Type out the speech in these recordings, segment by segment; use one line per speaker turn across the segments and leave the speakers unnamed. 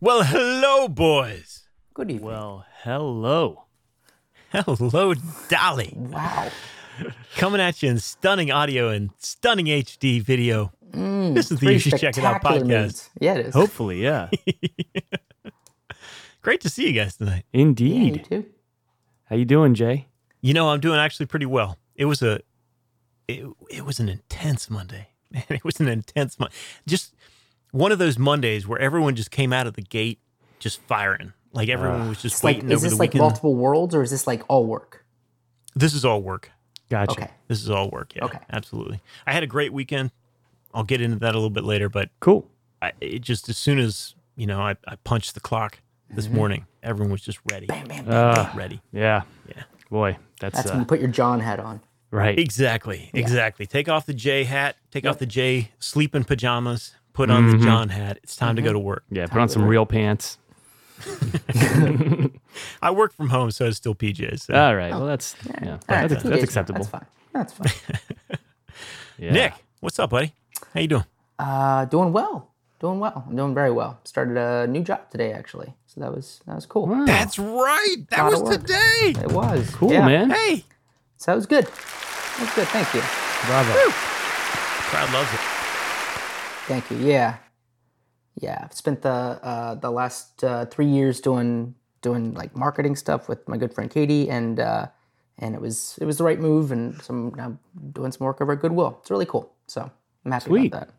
Well, hello, boys.
Good evening.
Well, hello.
Hello, Dolly.
wow.
Coming at you in stunning audio and stunning HD video. this is the You
Mm, Pretty
Should Check It Out
spectacular
podcast.
news. Yeah, it is.
Hopefully, yeah.
Great to see you guys tonight.
Yeah, you
Indeed.
too.
How you doing, Jay?
You know, I'm doing actually pretty well. It was a, it, it was an intense Monday. Man, it was an intense Monday. Just one of those Mondays where everyone just came out of the gate just firing. Like everyone was just
It's like,
waiting
is
over
this
the
like
weekend.
multiple worlds or is this like all work?
this is all work.
Gotcha.
Okay.
This is all work. Yeah,
Okay.
absolutely. I had a great weekend. I'll get into that a little bit later, but
Cool.
I, it just as soon as you know, I, I punched the clock this morning. Everyone was just ready,
Bam, bam, bam.
Uh,
ready.
yeah.
Yeah.
Boy, that's,
That's when
uh,
you put your John hat on.
right.
Exactly, exactly. Take off the J hat. Take off the J sleeping pajamas. Put on the John hat. It's time to go to work.
yeah. Put on some real pants.
I work from home, so it's still PJs. so-
All right. Well, that's yeah.
All right,
That's,
two
that's
days now.
acceptable.
That's fine. That's fine.
Yeah.
Nick, what's up, buddy? How you doing?
Uh, doing well. Doing well. I'm doing very well. Started a new job today, actually. So that was that was cool.
Wow.
That's right. That
Lot
was
of work.
today.
It was
cool,
yeah.
man.
Hey,
So that was good. That was good. Thank you.
Bravo.
crowd loves it.
Thank you. Yeah, yeah. I've spent the uh, the last uh, three years doing doing like marketing stuff with my good friend Katie, and uh, and it was it was the right move, and some now doing some work over at Goodwill. It's really cool. So I'm happy
Sweet.
about that.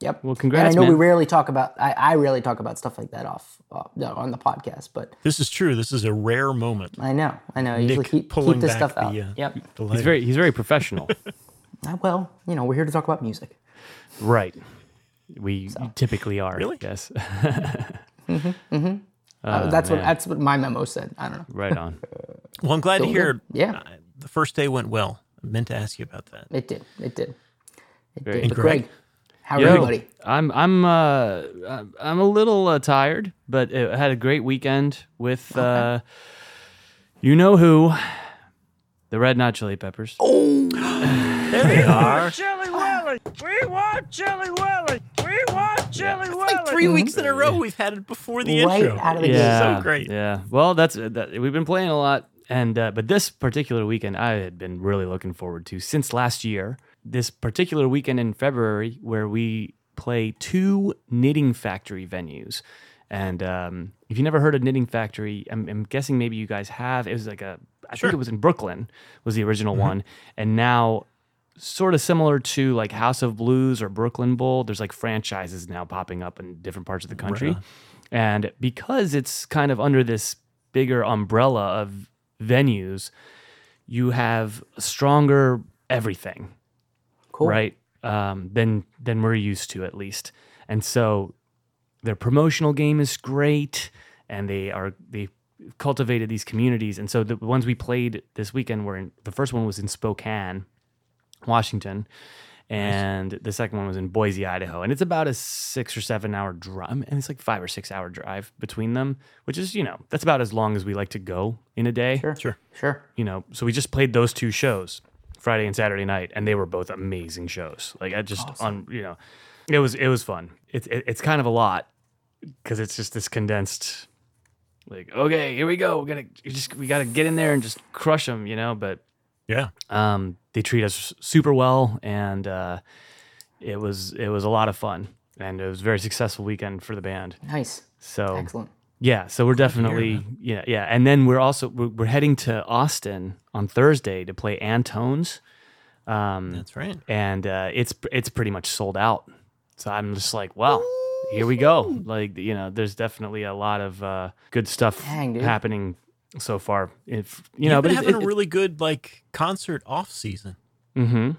Yep.
Well, congrats,
And I know
man.
we rarely talk about I, I rarely talk about stuff like that off uh, on the podcast, but
This is true. This is a rare moment.
I know I know I usually keep,
pulling
keep this
back
stuff
the,
out.
uh,
yep.
The
He's
lighter.
very he's very professional.
Uh, well, you know we're here to talk about music.
right. We typically are.
Really?
Yes.
Uh, that's what that's what my memo said. I don't know.
right on.
Well, I'm glad to hear.
Yeah.
uh, the first day went well. I meant to ask you about that.
It did. It did. It
Very-
did. But
Greg?
Greg, how are
Yo,
you, buddy?
I'm I'm uh I'm- I'm a little uh, tired, but I had a great weekend with uh you know who the Red Hot Chili Peppers.
There they are.
Chili Willy! We want Chili Willy! We want Chili Willy!
like three weeks in a row we've had it before the
Right
intro.
out of the
It's
yeah,
so great.
Yeah. Well, that's uh, that, we've been playing a lot, and uh, but this particular weekend I had been really looking forward to since last year. This particular weekend in February, where we play two Knitting Factory venues, and um, if you never heard of Knitting Factory, I'm, I'm guessing maybe you guys have. It was like a I think it was in Brooklyn was the original
Mm-hmm.
one, and now sort of similar to like House of Blues or Brooklyn Bowl. There's like franchises now popping up in different parts of the country. And because it's kind of under this bigger umbrella of venues, you have stronger everything
Cool.
right? Um, than than we're used to at least. And so their promotional game is great, and they are they cultivated these communities. And so the ones we played this weekend were in, the first one was in Spokane, Washington, and the second one was in Boise, Idaho. And it's about a six or seven hour drive, and it's like five or six hour drive between them, which is you know that's about as long as we like to go in a day
Sure.
Sure.
Sure.
you know, so we just played those two shows, Friday and Saturday night, and they were both amazing shows. Like I just on you know, it was it was fun. It's it, it's kind of a lot because it's just this condensed. Like okay, here we go. We're gonna you just we gotta get in there and just crush them, you know. But
Yeah.
um, they treat us super well, and uh, it was it was a lot of fun, and it was a very successful weekend for the band.
Nice.
So
Excellent.
yeah, so we're definitely yeah, yeah, and then we're also we're, we're heading to Austin on Thursday to play Antones, Mm.
That's right.
and uh, it's it's pretty much sold out. So I'm just like, well, here we go. Like you know, there's definitely a lot of uh, good stuff
Dang, dude.
happening so far. If you know,
You've
but
been
it-
having
it-
a really good like concert off season.
mhm.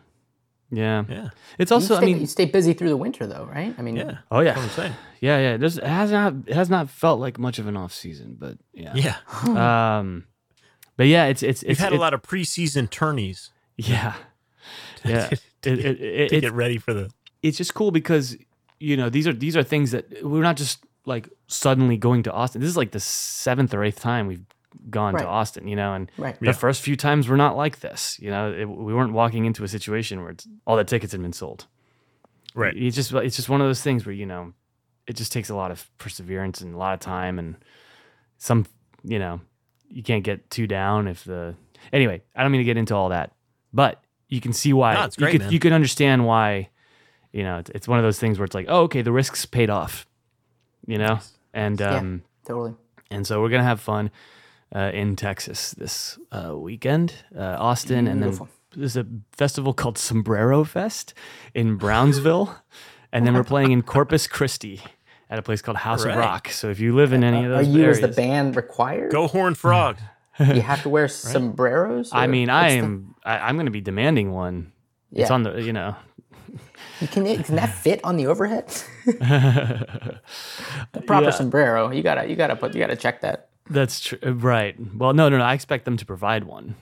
yeah,
Yeah.
it's
You,
also I
stay,
mean,
you stay busy through the winter, though, right? I mean,
Yeah.
oh
That's what I'm
yeah,
saying.
yeah, yeah. There's it has not it has not felt like much of an off season, but yeah,
Yeah.
Um, but yeah, it's it's
We've
it's
had
it-
a lot of preseason tourneys
Yeah. Yeah.
to-
it, it, it,
to
it's-
get ready for the
it's just cool because you know these are these are things that we're not just like suddenly going to Austin. This is like the seventh or eighth time we've gone
Right.
to Austin, you know, and
Right.
the
Yeah.
first few times were not like this. You know, it, we weren't walking into a situation where it's, all the tickets had been sold.
right.
It's just it's just one of those things where you know it just takes a lot of perseverance and a lot of time and some you know you can't get too down if the anyway i don't mean to get into all that but you can see why
No, it's
you
great,
could
man.
you could understand why you know it's, it's one of those things where it's like oh okay the risks paid off you know and
Yeah.
um
Totally.
and so we're gonna have fun uh, in Texas this uh, weekend, uh, Austin,
Beautiful.
and then there's a festival called Sombrero Fest in Brownsville, and then we're playing in Corpus Christi at a place called House
Right.
of Rock. So if you live in any of
Are
those
you
areas,
as the band required?
Go horn frog.
Mm.
You have to wear sombreros.
I
or-
mean, I
what's the-
am I, I'm gonna be demanding one. It's
Yeah.
on the you know
You can it- can that fit on the overhead? A proper
Yeah.
sombrero. You gotta you gotta put you gotta check that.
that's true right. Well, no, no, no. I expect them to provide one.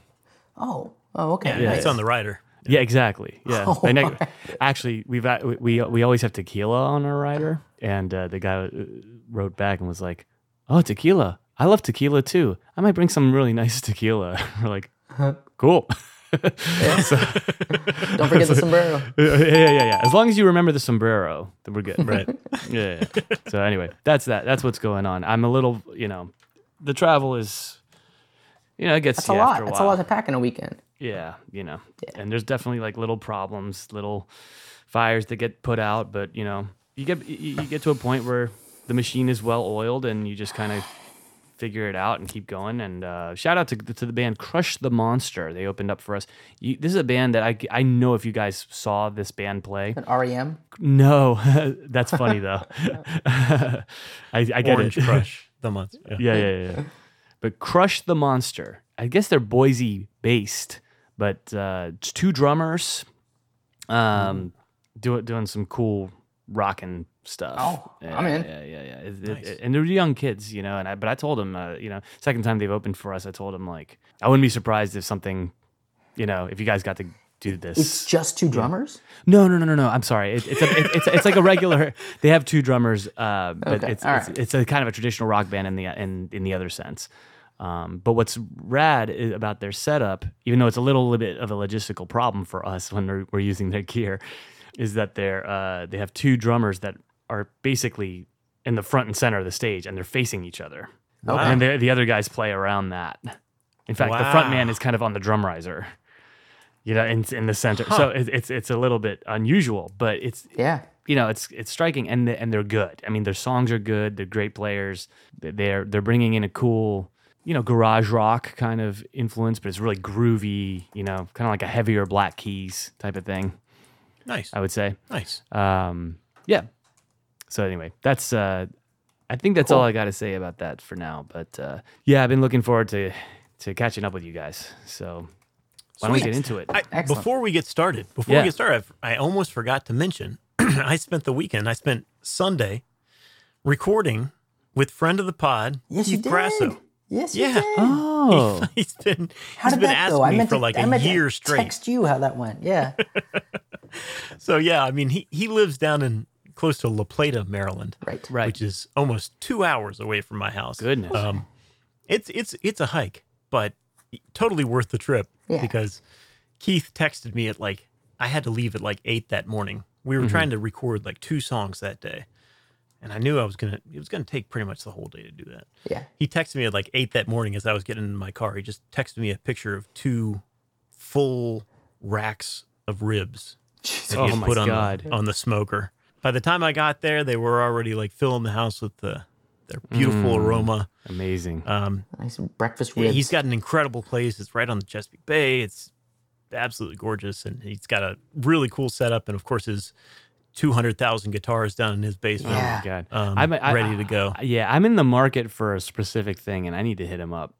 Oh. Oh. Okay.
Yeah,
nice.
It's on the rider.
Yeah, exactly. Yeah. They neg- actually, we've a- we we always have tequila on our rider, and uh, the guy uh, wrote back and was like, "Oh, tequila! I love tequila too. I might bring some really nice tequila." We're like, "Cool."
Don't forget the sombrero.
yeah, yeah, yeah, yeah. As long as you remember the sombrero, then we're good. Right. yeah, yeah, yeah. So anyway, that's that. That's what's going on. I'm a little, you know, the travel is, you know, it gets
It's
to
a
you
lot.
after a while.
It's a lot to pack in a weekend.
Yeah, you know. And there's definitely like little problems, little fires that get put out, but you know, you get you you get to a point where the machine is well oiled and you just kind of figure it out and keep going and uh, shout out to to the band Crush the Monster. They opened up for us. You, this is a band that I I know if you guys saw this band play.
An REM.
No. That's funny though. I I get
Orange
it.
crush. The month. Yeah.
Yeah, yeah, yeah, yeah. But Crush the Monster. I guess they're Boise based, but uh, it's two drummers
Mm.
um, do, doing some cool rocking stuff.
Oh,
yeah,
I'm in.
Yeah, yeah, yeah. It- it- and they're young kids, you know. And I, but I told them, uh, you know, second time they've opened for us, I told them like I wouldn't be surprised if something, you know, if you guys got to do this.
It's just two drummers.
No, no, no, no, no. I'm sorry. It, it's, a, it, it's it's like a regular. They have two drummers, uh, but
Okay,
it's,
all
it's
right.
it's a kind of a traditional rock band in the in in the other sense. Um, but what's rad i- about their setup, even though it's a little bit of a logistical problem for us when we're, we're using their gear, is that they're uh, they have two drummers that are basically in the front and center of the stage, and they're facing each other,
Wow.
and they're- the other guys play around that. In fact, the front man
Wow.
is kind of on the drum riser you know, in in the center. So it, it's it's a little bit unusual, but it's
Yeah.
you know it's it's striking, and the, and they're good. I mean, their songs are good. They're great players. They- They're they're bringing in a cool you know garage rock kind of influence, but it's really groovy. You know, kind of like a heavier Black Keys type of thing.
Nice.
I would say.
Nice.
Um, yeah. So anyway, that's uh, I think that's all I got to say about that for now. But uh, yeah, I've been looking forward to to catching up with you guys. So why don't
Sweet.
we get into it?
I,
Excellent.
before we get started, before
Yeah.
we get started, I've, I almost forgot to mention. I spent the weekend. I spent Sunday recording with friend of the pod,
Yes, you
Keith
did.
Grasso.
Yes, you
Yeah.
did.
Oh,
He's been
How
he's
did
been
that
asking
go? I
me
meant
for
to,
like
I
a
meant to
year straight.
Text you how that went. Yeah.
So yeah, I mean he he lives down in close to La Plata, Maryland,
Right.
right.
which is almost two hours away from my house.
Goodness.
Um, it's it's it's a hike, but totally worth the trip
Yeah.
because Keith texted me at like I had to leave at like eight that morning. We were trying to record like two songs that day, and I knew I was gonna it was gonna take pretty much the whole day to do that.
Yeah.
He texted me at like eight that morning as I was getting in my car. He just texted me a picture of two full racks of ribs that he
Oh
had
my
put on
God.
the, on the smoker. By the time I got there, they were already like filling the house with the their beautiful
Mm.
aroma.
Amazing.
Um,
Nice breakfast
yeah,
ribs.
he's got an incredible place. It's right on the Chesapeake Bay. It's absolutely gorgeous, and he's got a really cool setup. And of course, his two hundred thousand guitars down in his basement,
oh
Yeah.
my god.
um,
I'm- I-
ready to go.
yeah, I'm in the market for a specific thing, and I need to hit him up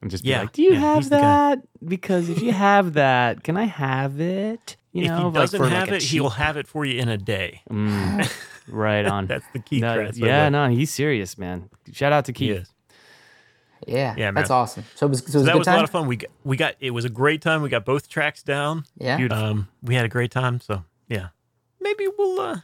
and just be
Yeah,
like, "Do you
yeah,
have
he's the guy.
that? Because if you have that, can I have it? You
if
know,
he
like,
doesn't
for, like,
have
a
it,
cheap-
he'll have it for you in a day.
Mm, right on.
That's the key.
No,
Chris, by the
yeah,
way.
no, he's serious, man. Shout out to
He
Keith.
is.
yeah.
Yeah,
That's
man.
awesome. So it was, so it was
So
a
that
good
was
time.
a lot of fun. We got, we got it was a great time. We got both tracks down.
Yeah.
Beautiful.
Um, we had a great time. So yeah, maybe we'll uh,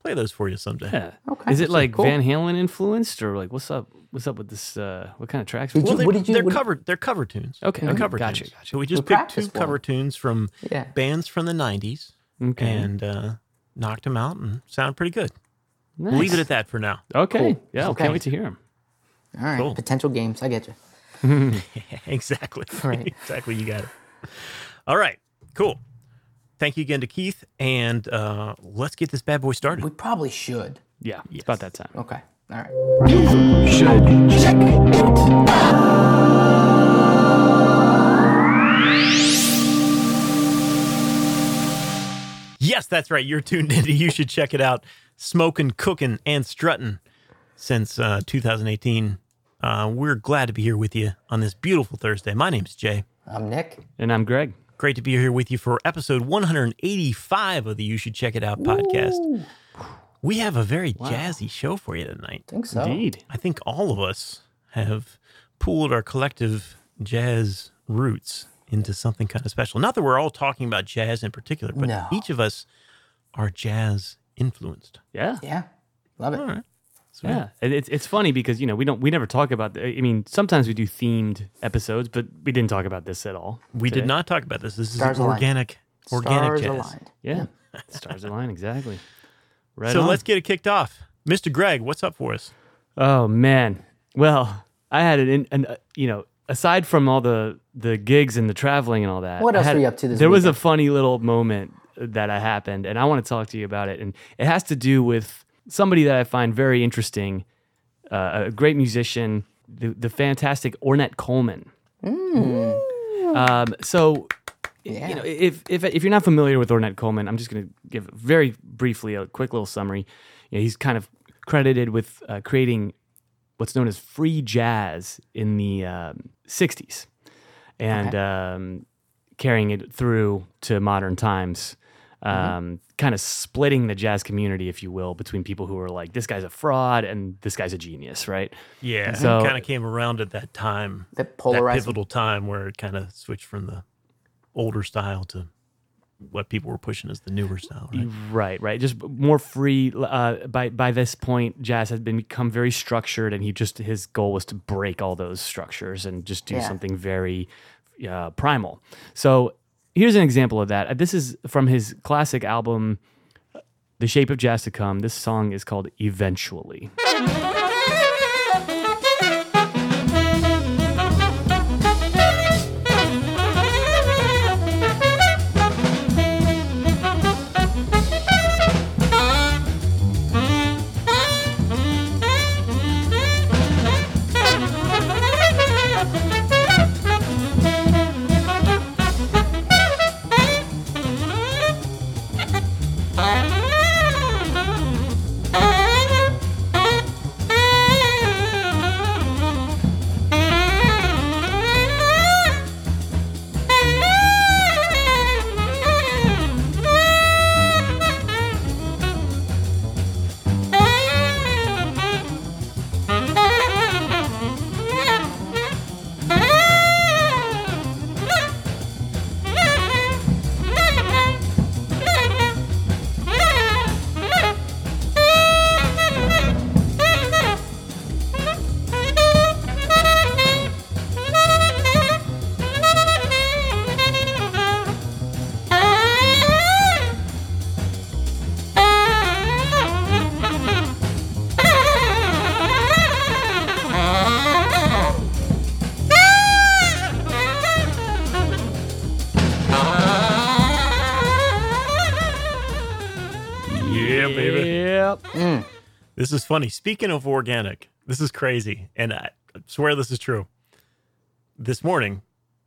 play those for you someday.
Yeah.
Okay,
Is it
so
like
cool.
Van Halen influenced, or like what's up? What's up with this? Uh, what kind of tracks?
Did
Well,
you-
they,
what did
They're
what-
covered. They're cover tunes.
Okay,
They're
okay.
cover
Gotcha,
tunes.
gotcha.
So we just
We
picked
practiced
two
one.
cover tunes from
Yeah.
bands from the '90s
okay.
and uh, knocked them out and sound pretty good.
Nice.
Leave it at that for now.
Okay.
Cool.
Yeah,
Okay.
can't wait to hear him.
All right,
Cool.
potential games. I get you.
exactly.
Right.
exactly. You got it. All right. Cool. Thank you again to Keith, and uh, let's get this bad boy started.
We probably should.
Yeah, it's about that time.
Okay. All right.
Yes, that's right. You're tuned into. You should check it out. Smoking, cooking, and strutting since uh, 2018. Uh, we're glad to be here with you on this beautiful Thursday. My name's Jay.
I'm Nick.
And I'm Greg.
Great to be here with you for episode 185 of the You Should Check It Out podcast. We have a very jazzy show for you tonight.
think so.
Indeed.
I think all of us have pooled our collective jazz roots into something kind of special. Not that we're all talking about jazz in particular, but
No.
each of us are jazz influenced.
Yeah.
Yeah. Love it.
All right. So,
Yeah, and it's it's funny because you know we don't we never talk about. The, I mean, sometimes we do themed episodes, but we didn't talk about this at all.
We did
today.
not talk about this. This is
Stars aligned.
organic, organic
Stars
jazz.
aligned.
Yeah, stars align exactly. Right.
So
on.
let's get it kicked off. Mr. Greg, what's up for us?
Oh man. Well, I had an, in- an uh, you know, aside from all the the gigs and the traveling and all that.
What
I
else
had-
were you up to this
There was a funny little moment that I happened and I want to talk to you about it and it has to do with somebody that I find very interesting, uh, a great musician, the, the fantastic Ornette Coleman.
Mm.
Um, so
Yeah.
you know, if if if you're not familiar with Ornette Coleman, I'm just going to give very briefly a quick little summary. You know, he's kind of credited with uh, creating what's known as free jazz in the um, '60s, and um, carrying it through to modern times. Um, Kind of splitting the jazz community, if you will, between people who are like, "This guy's a fraud" and "This guy's a genius," right?
Yeah,
So-
kind of came around at that time,
that
that
polarized.
pivotal time where it kind of switched from the older style to what people were pushing as the newer style. Right?
Right, right. Just more free. Uh, by by this point, jazz had been become very structured, and he just his goal was to break all those structures and just do
Yeah.
something very uh, primal. So here's an example of that. Uh, This is from his classic album, "The Shape of Jazz to Come." This song is called "Eventually."
Yeah,
Yep.
This is funny. Speaking of organic, this is crazy, and I swear this is true. This morning,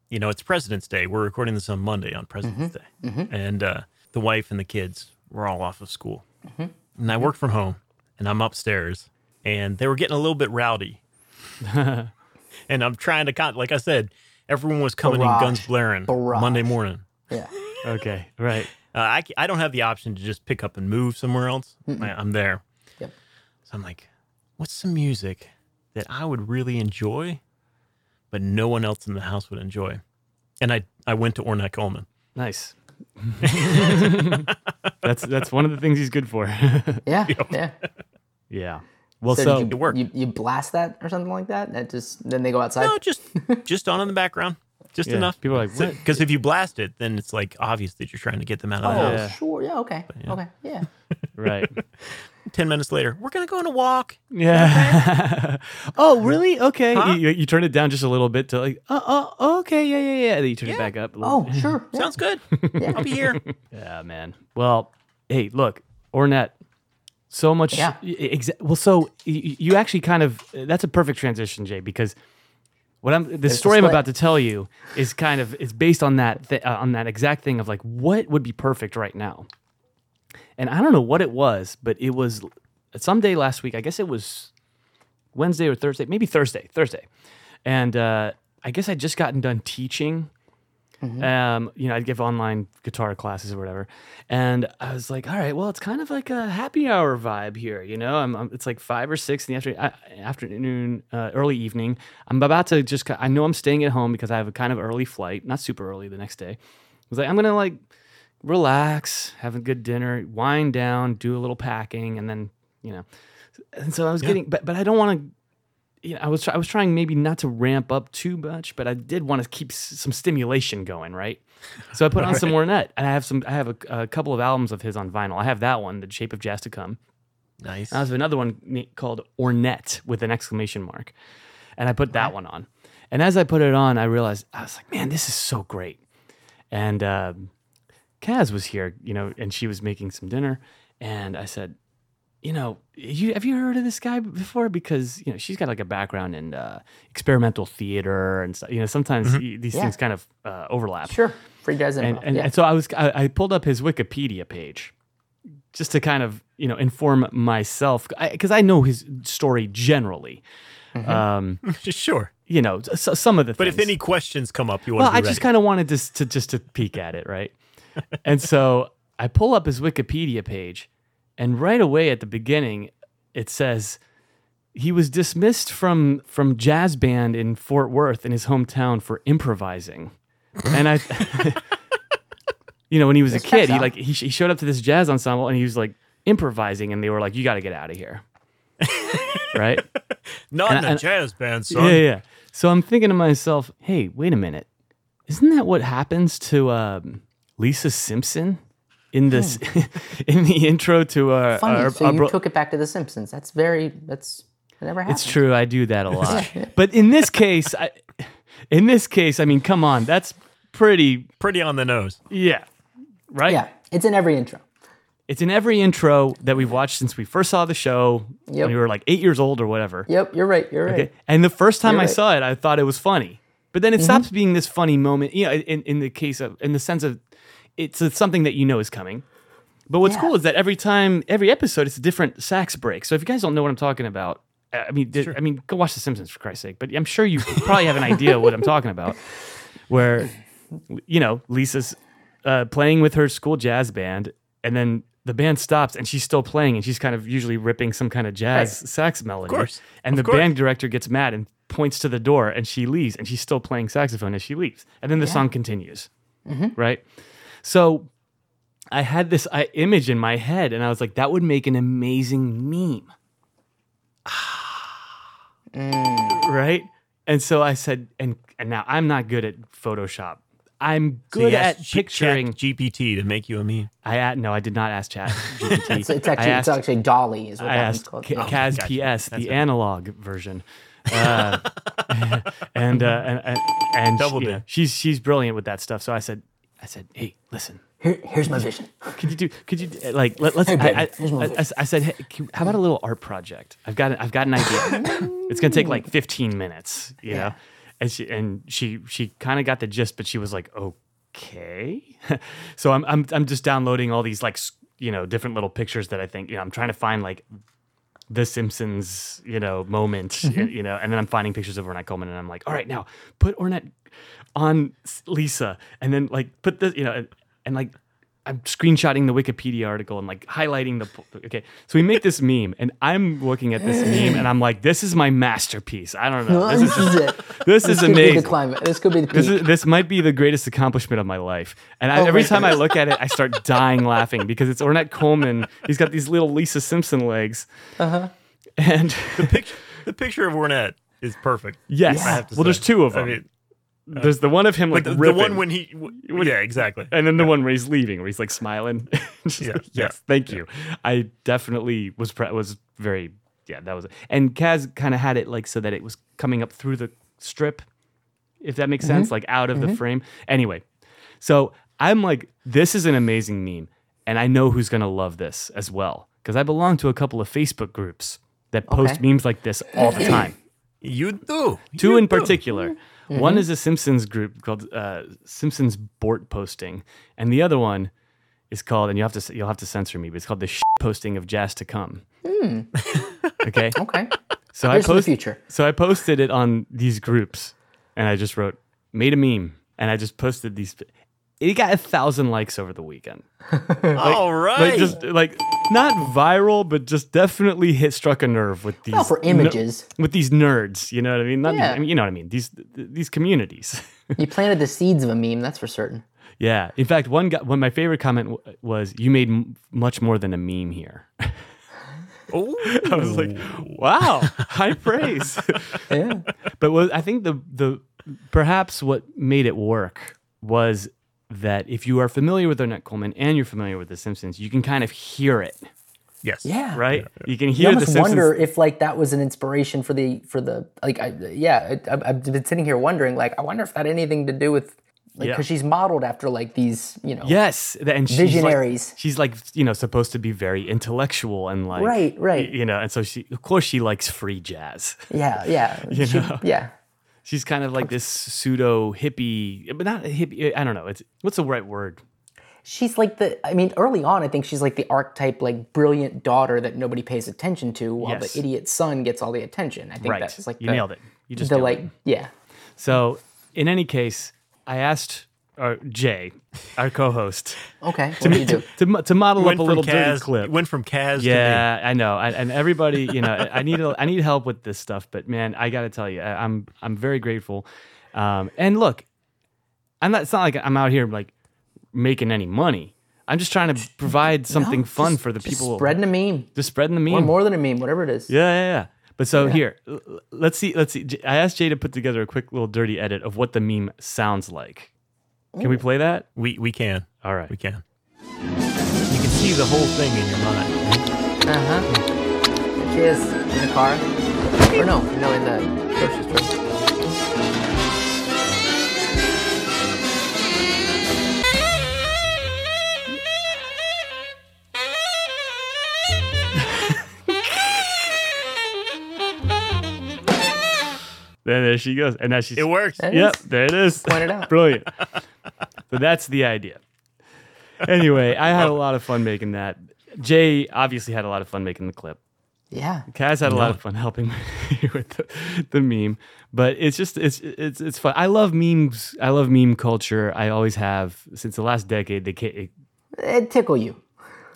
you know, it's President's Day. We're recording this on Monday on President's
Mm-hmm.
Day, and uh, the wife and the kids were all off of school,
Mm-hmm.
and I work from home, and I'm upstairs, and they were getting a little bit rowdy, and I'm trying to con- like I said, everyone was coming
Barrage.
in guns blaring
Barrage.
Monday morning.
yeah.
Okay. Right.
Uh, I, c- I don't have the option to just pick up and move somewhere else. I, I'm there.
Yep.
So I'm like, what's some music that I would really enjoy, but no one else in the house would enjoy? And I, I went to Ornette Coleman.
Nice. that's that's one of the things he's good for.
Yeah. Yeah.
yeah. Well,
So,
so,
did you,
worked.
You, you blast that or something like that? That just then they go outside.
No, Oh, just just on in the background. Just
Yeah,
enough.
people are like, "What?"
Because if you blast it, then it's
Oh.
like obvious that you're trying to get them out of the
oh,
house.
yeah.
sure. Yeah. Okay. Okay. Yeah.
right.
10 minutes later, we're going to go on a walk.
Yeah. oh, really? Okay.
Huh?
You, you turn it down just a little bit to like, oh, oh okay, yeah, yeah, yeah. Then you turn
Yeah.
it back up. A little
Oh, sure. Yeah.
Sounds good. I'll be here.
Yeah, man. Well, hey, look, Ornette. So much. e-,
Yeah.
Exa- well, so you, you actually kind of that's a perfect transition, Jay, because what I'm the
a
story I'm
split.
about to tell you is kind of it's based on that th- uh, on that exact thing of like what would be perfect right now, and I don't know what it was, but it was someday last week. I guess it was Wednesday or Thursday, maybe Thursday, Thursday. And uh, I guess I'd just gotten done teaching. Um, you know, I'd give online guitar classes or whatever. And I was like, all right, well, it's kind of like a happy hour vibe here. You know, I'm, I'm- it's like five or six in the afternoon, afternoon uh, early evening. I'm about to just, ki- I know I'm staying at home because I have a kind of early flight, not super early the next day. I was like, I'm going to like relax, have a good dinner, wind down, do a little packing, and then, you know. And so I was getting, but, but I don't want to you know, I was try- I was trying maybe not to ramp up too much, but I did want to keep s- some stimulation going, right? So I put on some Ornette, and I have some I have a, a couple of albums of his on vinyl. I have that one, The Shape of Jazz to Come.
Nice.
I have another one ne- called Ornette with an exclamation mark, and I put that one on. And as I put it on, I realized I was like, man, this is so great. And um, Kaz was here, you know, and she was making some dinner, and I said, you know, you have you heard of this guy before? Because you know she's got like a background in uh, experimental theater and stuff. You know, sometimes y- these
Yeah.
things kind of uh, overlap.
Sure. Free jazz
And,
info.
and,
yeah.
and so I was I, I pulled up his Wikipedia page just to kind of you know inform myself because I, know his story generally. Um,
sure.
you know, so, some of the
But
things.
if any questions come up, you want
Well,
to
I
be
just
ready.
kind of wanted to, to just to peek at it, right? and so I pull up his Wikipedia page, and right away at the beginning, it says he was dismissed from from jazz band in Fort Worth in his hometown for improvising, and I. You know, when he was a
Checks
kid, he
out.
like he, sh- he showed up to this jazz ensemble and he was like improvising, and they were like, "You got to get out of here," right?
Not in
and-
a
and-
jazz band, son.
Yeah, yeah. So I'm thinking to myself, hey, wait a minute. Isn't that what happens to um, Lisa Simpson in this in the intro to our,
Funny.
our,
so
our
you
bro-
took it back to The Simpsons. That's very. That's that never happened.
It's true, I do that a lot. but in this case, I in this case, I mean, come on, that's pretty
Pretty on the nose.
yeah. Right?
Yeah, it's in every intro.
It's in every intro that we've watched since we first saw the show
Yep.
when we were like 8 years old or whatever.
Yep, you're right. You're right.
Okay. And the first time
You're
I
right. Mm-hmm.
saw it, I thought it was funny. But then it stops being this funny moment, you know, in, in the case of, in the sense of, it's uh, something that you know is coming. But what's
Yeah.
cool is that every time, every episode, it's a different sax break. So if you guys don't know what I'm talking about, uh, I mean, th- I mean, go watch The Simpsons for Christ's sake. But I'm sure you probably have an idea what I'm talking about, where, you know, Lisa's uh, playing with her school jazz band, and then the band stops, and she's still playing, and she's kind of usually ripping some kind of jazz sax melody.
course.
And
Of
the
course.
band director gets mad and points to the door, and she leaves, and she's still playing saxophone as she leaves. And then the song continues,
Mm-hmm.
right? So I had this I, image in my head, and I was like, that would make an amazing meme.
Mm.
Right? And so I said, and, and now I'm not good at Photoshop. I'm
So
good
you
at
asked Ch- Chat
picturing.
GPT to make you a meme.
I a- no, I did not ask Chat GPT.
It's, it's actually
I
it's
asked,
actually Dolly is what Oh.
I
that one's
asked
called.
Ca-
Yeah.
Kaz
gotcha.
PS,
That's
the
it.
analog version, uh, and, uh, and and and
Double
she- you
dip.
know, she's she's brilliant with that stuff. So I said, I said, hey, listen,
Here, here's my vision.
could you do could you do- like let, let's I,
Ben,
I,
here's my
I- I s- I said hey, can- how about a little art project i've got i've got an idea it's gonna take like 15 minutes you know and she and she she kind of got the gist but she was like okay so I'm, I'm i'm just downloading all these like s- you know different little pictures that i think you know i'm trying to find like the Simpsons, you know, moment, you know, and then I'm finding pictures of Ornette Coleman, and I'm like, all right, now put Ornette on S- Lisa, and then like put this, you know, and, and like I'm screenshotting the Wikipedia article and like highlighting the. po- Okay, so we make this meme, and I'm looking at this meme, and I'm like, this is my masterpiece. I don't know, this is
this is it.
this, is
could be
amazing.
the climate. This could be the peak.
This, is, this might be the greatest accomplishment of my life. And I,
Oh
every
my
time I look at it, I start dying laughing because it's Ornette Coleman. He's got these little Lisa Simpson legs.
Uh-huh.
Uh huh. And
Picture, the picture of Ornette is perfect.
yes,
I have to
well, there's
say.
two of
I
them.
mean,
There's the one of him like
But the, the
ripping,
one when he, w- yeah, exactly.
and then the one where he's leaving, where he's like smiling. Just
Yeah,
like, yes,
yeah,
thank you. I definitely was pre- was very yeah. That was it. and Kaz kind of had it like so that it was coming up through the strip, if that makes
Mm-hmm.
sense, like out of the frame. Anyway, so I'm like, this is an amazing meme, and I know who's gonna love this as well because I belong to a couple of Facebook groups that post
Okay.
memes like this all the time
You do
two
You
in
do.
particular.
Mm-hmm.
One is a Simpsons group called uh, Simpsons Bort Posting, and the other one is called, and you have to you'll have to censor me, but it's called the shit posting of Jazz to Come. Okay,
Okay.
so I
Here's to Hmm. Oh, the
post,
future.
so I posted it on these groups, and I just wrote made a meme, and I just posted these. It got a thousand likes over the weekend.
All right.
Like just like not viral, but just definitely hit struck a nerve with these
Well, for
no-
images.
with these nerds. You know what I mean? Not these-
Yeah.
I mean, you know what I mean? These th- these communities.
You planted the seeds of a meme, that's for certain.
yeah. In fact, one guy, one my favorite comment w- was, "You made m- much more than a meme here."
Ooh.
I was like, "Wow, high praise."
Yeah.
but what, I think the the perhaps what made it work was that if you are familiar with Arnett Coleman and you're familiar with The Simpsons, you can kind of hear it,
yes.
Yeah.
right? You can
You
hear The
almost
Simpsons.
wonder if like that was an inspiration for the for the like I, yeah I, I've- I've been sitting here wondering like I wonder if that had anything to do with like
Yeah.
because she's modeled after like these you know
Yes, th- and she's like-
Visionaries.
She's like, you know supposed to be very intellectual and like
Right, right.
y- You know, and so she of course she likes free jazz.
yeah yeah she- yeah
She's kind of like this pseudo hippie, but not a hippie. I don't know. It's what's the right word?
she's like the I mean early on I think she's like the archetype like brilliant daughter that nobody pays attention to while
Yes.
the idiot son gets all the attention I think
Right.
that's like
you
the,
nailed it. You just
the
nailed it.
like yeah
So in any case, I asked our Jay, our co-host,
okay what did you do
to, mo- to model
Went
up a
from
little
Kaz.
dirty clip.
Went from Kaz. To me.
Yeah, I know. I, and everybody, you know, I need I need help with this stuff. But man, I got to tell you, I, I'm I'm very grateful. Um, and look, I'm not. It's not like I'm out here like making any money. I'm just trying to provide something fun for the
Just
people.
spreading a meme
just spreading the meme.
or more than a meme whatever it is
Yeah, yeah, yeah. But so here, l- l- let's see. Let's see. J- I asked Jay to put together a quick little dirty edit of what the meme sounds like. Can we play that?
We we can.
All right.
We can. You can see the whole thing in your mind.
Uh huh. She is in the car. Or no, no, in the grocery store.
There, there she goes. And now she's.
It works.
Eh?
Yep, there it is.
Pointed out.
Brilliant. So that's the idea. Anyway, I had a lot of fun making that. Jay obviously had a lot of fun making the clip.
Yeah.
Kaz had a lot of fun helping me with the, the meme, but it's just it's it's it's fun. I love memes. I love meme culture. I always have since the last decade. They ca-
It tickle you.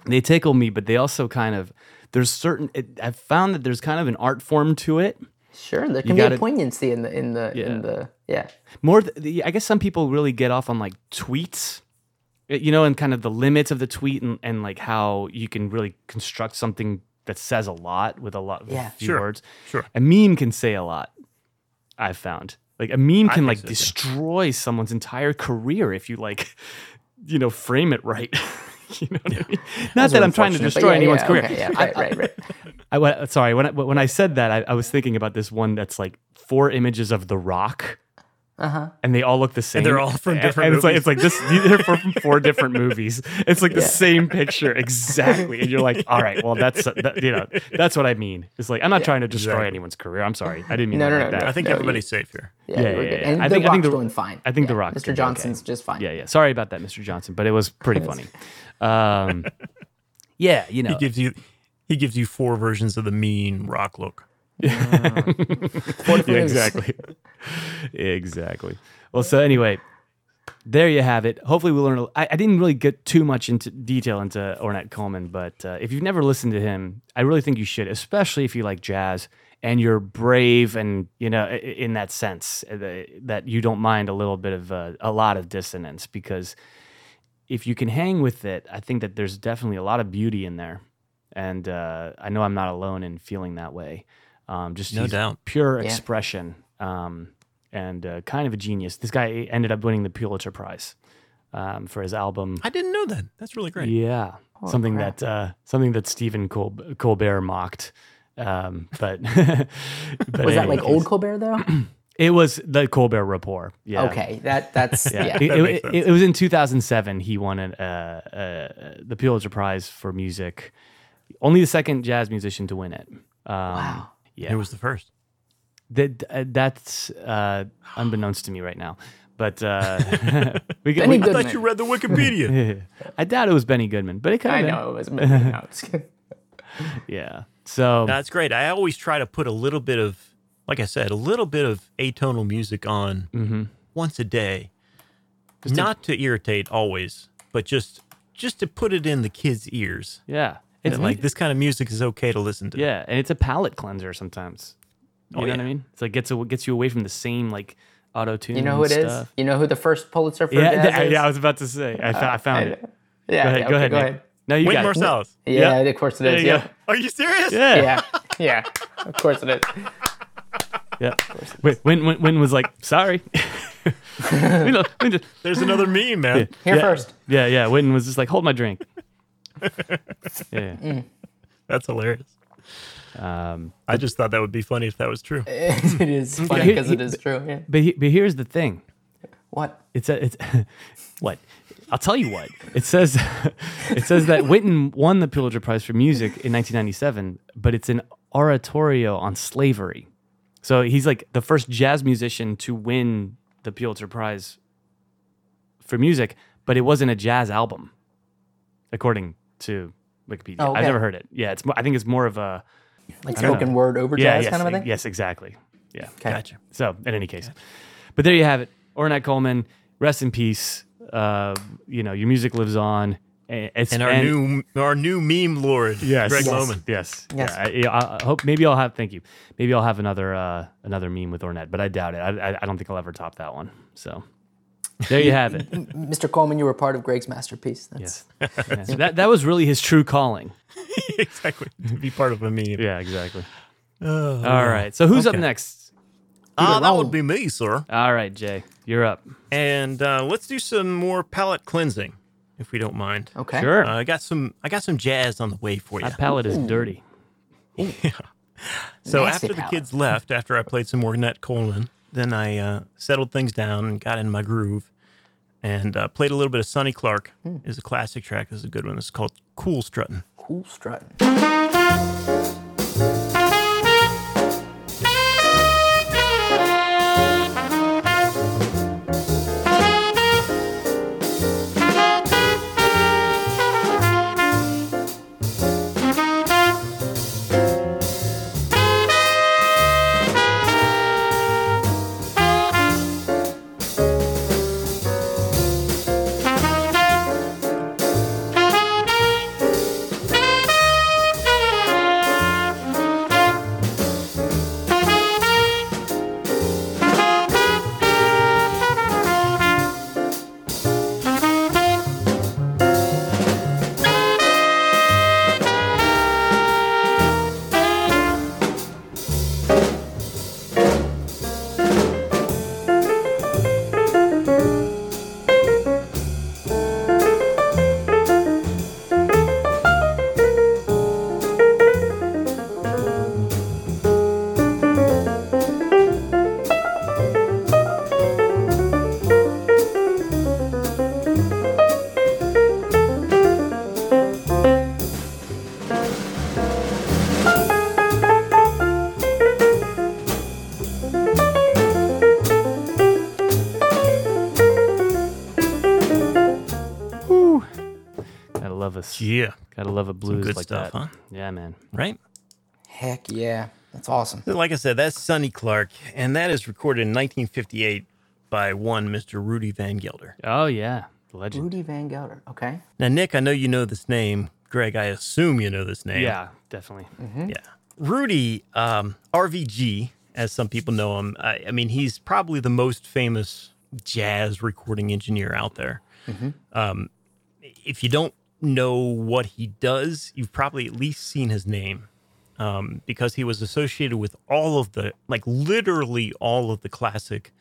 they tickle me, but they also kind of there's certain. It, I've found that there's kind of an art form to it.
Sure, there can be
gotta-
a poignancy in the in the
Yeah.
in the yeah.
More, th- the, I guess some people really get off on like tweets, eh, you know, and kind of the limits of the tweet and, and like how you can really construct something that says a lot with a lot with
Yeah.
few
Sure.
words.
Sure.
A meme can say a lot. I've found like a meme can
think
like
so, too.
destroy someone's entire career if you like, you know, frame it right. you know what I mean? Not that I'm trying
Unfortunate, but
to destroy
yeah,
anyone's
yeah,
career.
okay, yeah,
I-
right, right, right.
I, wa- sorry, when I, when I said that, I, I was thinking about this one that's like four images of The Rock.
Uh-huh.
And they all look the same.
they're all from
And-
different
And it's like it's like this. They're from four different movies. It's like the same picture exactly. And you're like, all right, well, that's uh, that, you know, that's what I mean. It's like I'm not trying to destroy
Exactly.
anyone's career. I'm sorry, I didn't mean
No,
it
no,
like
no,
that.
no.
I think
you-
everybody's safe here.
Yeah,
yeah,
we're
yeah,
good.
yeah.
And
I
the
think- I
rock's
think the-
doing fine.
I think The
Yeah,
Rock's doing
Mr.
okay.
Johnson's just fine.
Yeah, yeah. Sorry about that, Mr. Johnson, but it was pretty funny. Um, yeah, you know,
He gives you he gives you four versions of the mean rock look.
yeah, exactly. exactly. Well, so anyway, there you have it. Hopefully, we learned. a- I, I didn't really get too much into detail into Ornette Coleman, but uh, if you've never listened to him, I really think you should, especially if you like jazz and you're brave and you know i- i- in that sense uh, the- that you don't mind a little bit of uh, a lot of dissonance because if you can hang with it, I think that there's definitely a lot of beauty in there. And uh, I know I'm not alone in feeling that way. Um, just
No
he's
doubt.
pure expression. Um, and uh, kind of a genius. This guy ended up winning the Pulitzer Prize um, for his album.
I didn't know that. Oh, That's really great.
Yeah, something that uh, something that Stephen Col- Colbert mocked. Um, but, but
Was that like
anyways.
old Colbert though?
It was the Colbert Report. Yeah.
Okay, that that's yeah.
It,
That
it-
makes
it-
sense.
it was in 2007 he won an, uh, uh, the Pulitzer Prize for music. Only the second jazz musician to win it. Um, wow. Yeah.
It was the first.
That, uh, that's uh, unbeknownst to me right now. But uh,
Benny
we,
I
can. we,
thought
Goodman.
you read the Wikipedia.
I doubt it was Benny Goodman, but it could
I
have
know it was. No, it's good.
been. Yeah. So
That's great. I always try to put a little bit of, like I said, a little bit of atonal music on
Mm-hmm.
once a day, not to irritate always, but just just to put it in the kids' ears.
yeah,
It's
it's
like this kind of music is okay to listen to.
Yeah, and it's a palate cleanser sometimes. You
Oh,
know what I
yeah.
mean? It's like gets a, gets you away from the same like auto tune.
You know who it is?
stuff.
You know who the first Pulitzer for
Yeah,
jazz
th-
is?
yeah, I was about to say. I, fo- I found
Uh, I-
it.
yeah,
Go ahead.
yeah, okay,
go ahead.
go
Nick.
ahead.
No, you
Wayne
got it.
Marsalis.
Yeah, of course it
There
is.
you
Yeah.
go. Are you serious?
Yeah. Yeah.
yeah, yeah, of course it is.
Wait, when, when, when was like, sorry. we know, we just,
There's another meme, man.
Here
Yeah.
first.
yeah, yeah. Witten was just like, hold my drink. Yeah.
Mm.
That's hilarious.
Um,
I just thought that would be funny if that was true.
it is funny
Here-
because it is true. Yeah.
but, he, but here's the thing
What?
It's a, it's what I'll tell you what it says. it says that Witten won the Pulitzer Prize for music in 1997, but it's an oratorio on slavery. So he's like the first jazz musician to win the Pulitzer Prize for music, but it wasn't a jazz album, according to Wikipedia.
Oh,
I've
okay.
never heard it. Yeah, it's. mo- I think it's more of a
Like spoken word over
yeah,
jazz
yes, e,
kind of a thing?
yes, exactly. Yeah.
Okay.
Gotcha.
So, in any case, but there you have it. Ornette Coleman, rest in peace. Uh, you know, your music lives on. A- It's,
And our new our new meme lord,
yes,
Greg
yes,
Loman.
Yes,
Yes.
Yeah, I, I- I hope maybe I'll have. Thank you. Maybe I'll have another uh, another meme with Ornette, but I doubt it. I, I, I don't think I'll ever top that one. So, there you have it.
Mr. Coleman, you were part of Greg's masterpiece. That's
Yes. Yes. That that was really his true calling.
exactly. To be part of a meme.
Yeah, exactly. All right. So who's up next?
Ah, that
wrong.
would be me, sir.
All right, Jay, you're up.
And uh, let's do some more palate cleansing, if we don't mind.
okay.
Sure.
Uh, I got some. I got some jazz on the way for you.
My palate is dirty.
So
Nasty
after the
palate.
kids left, after I played some more Net Coleman, then I uh, settled things down and got in my groove, and uh, played a little bit of Sonny Clark.
Hmm.
Is a classic track. This is a good one. It's called Cool Struttin'.
Cool strut.
Gotta love us.
Yeah,
Gotta love a blues
good
like
stuff,
that.
huh?
Yeah, man.
right.
Heck yeah. That's awesome.
Like I said, that's Sonny Clark, and that is recorded in 1958 by one Mr. Rudy Van Gelder.
Oh yeah, the legend.
Rudy Van Gelder. Okay.
Now, Nick, I know you know this name. Greg, I assume you know this name.
Yeah, definitely.
Yeah. Rudy, um, RVG, as some people know him, I, I mean, he's probably the most famous jazz recording engineer out there. Um, if you don't know what he does, you've probably at least seen his name. um, because he was associated with all of the, like literally all of the classic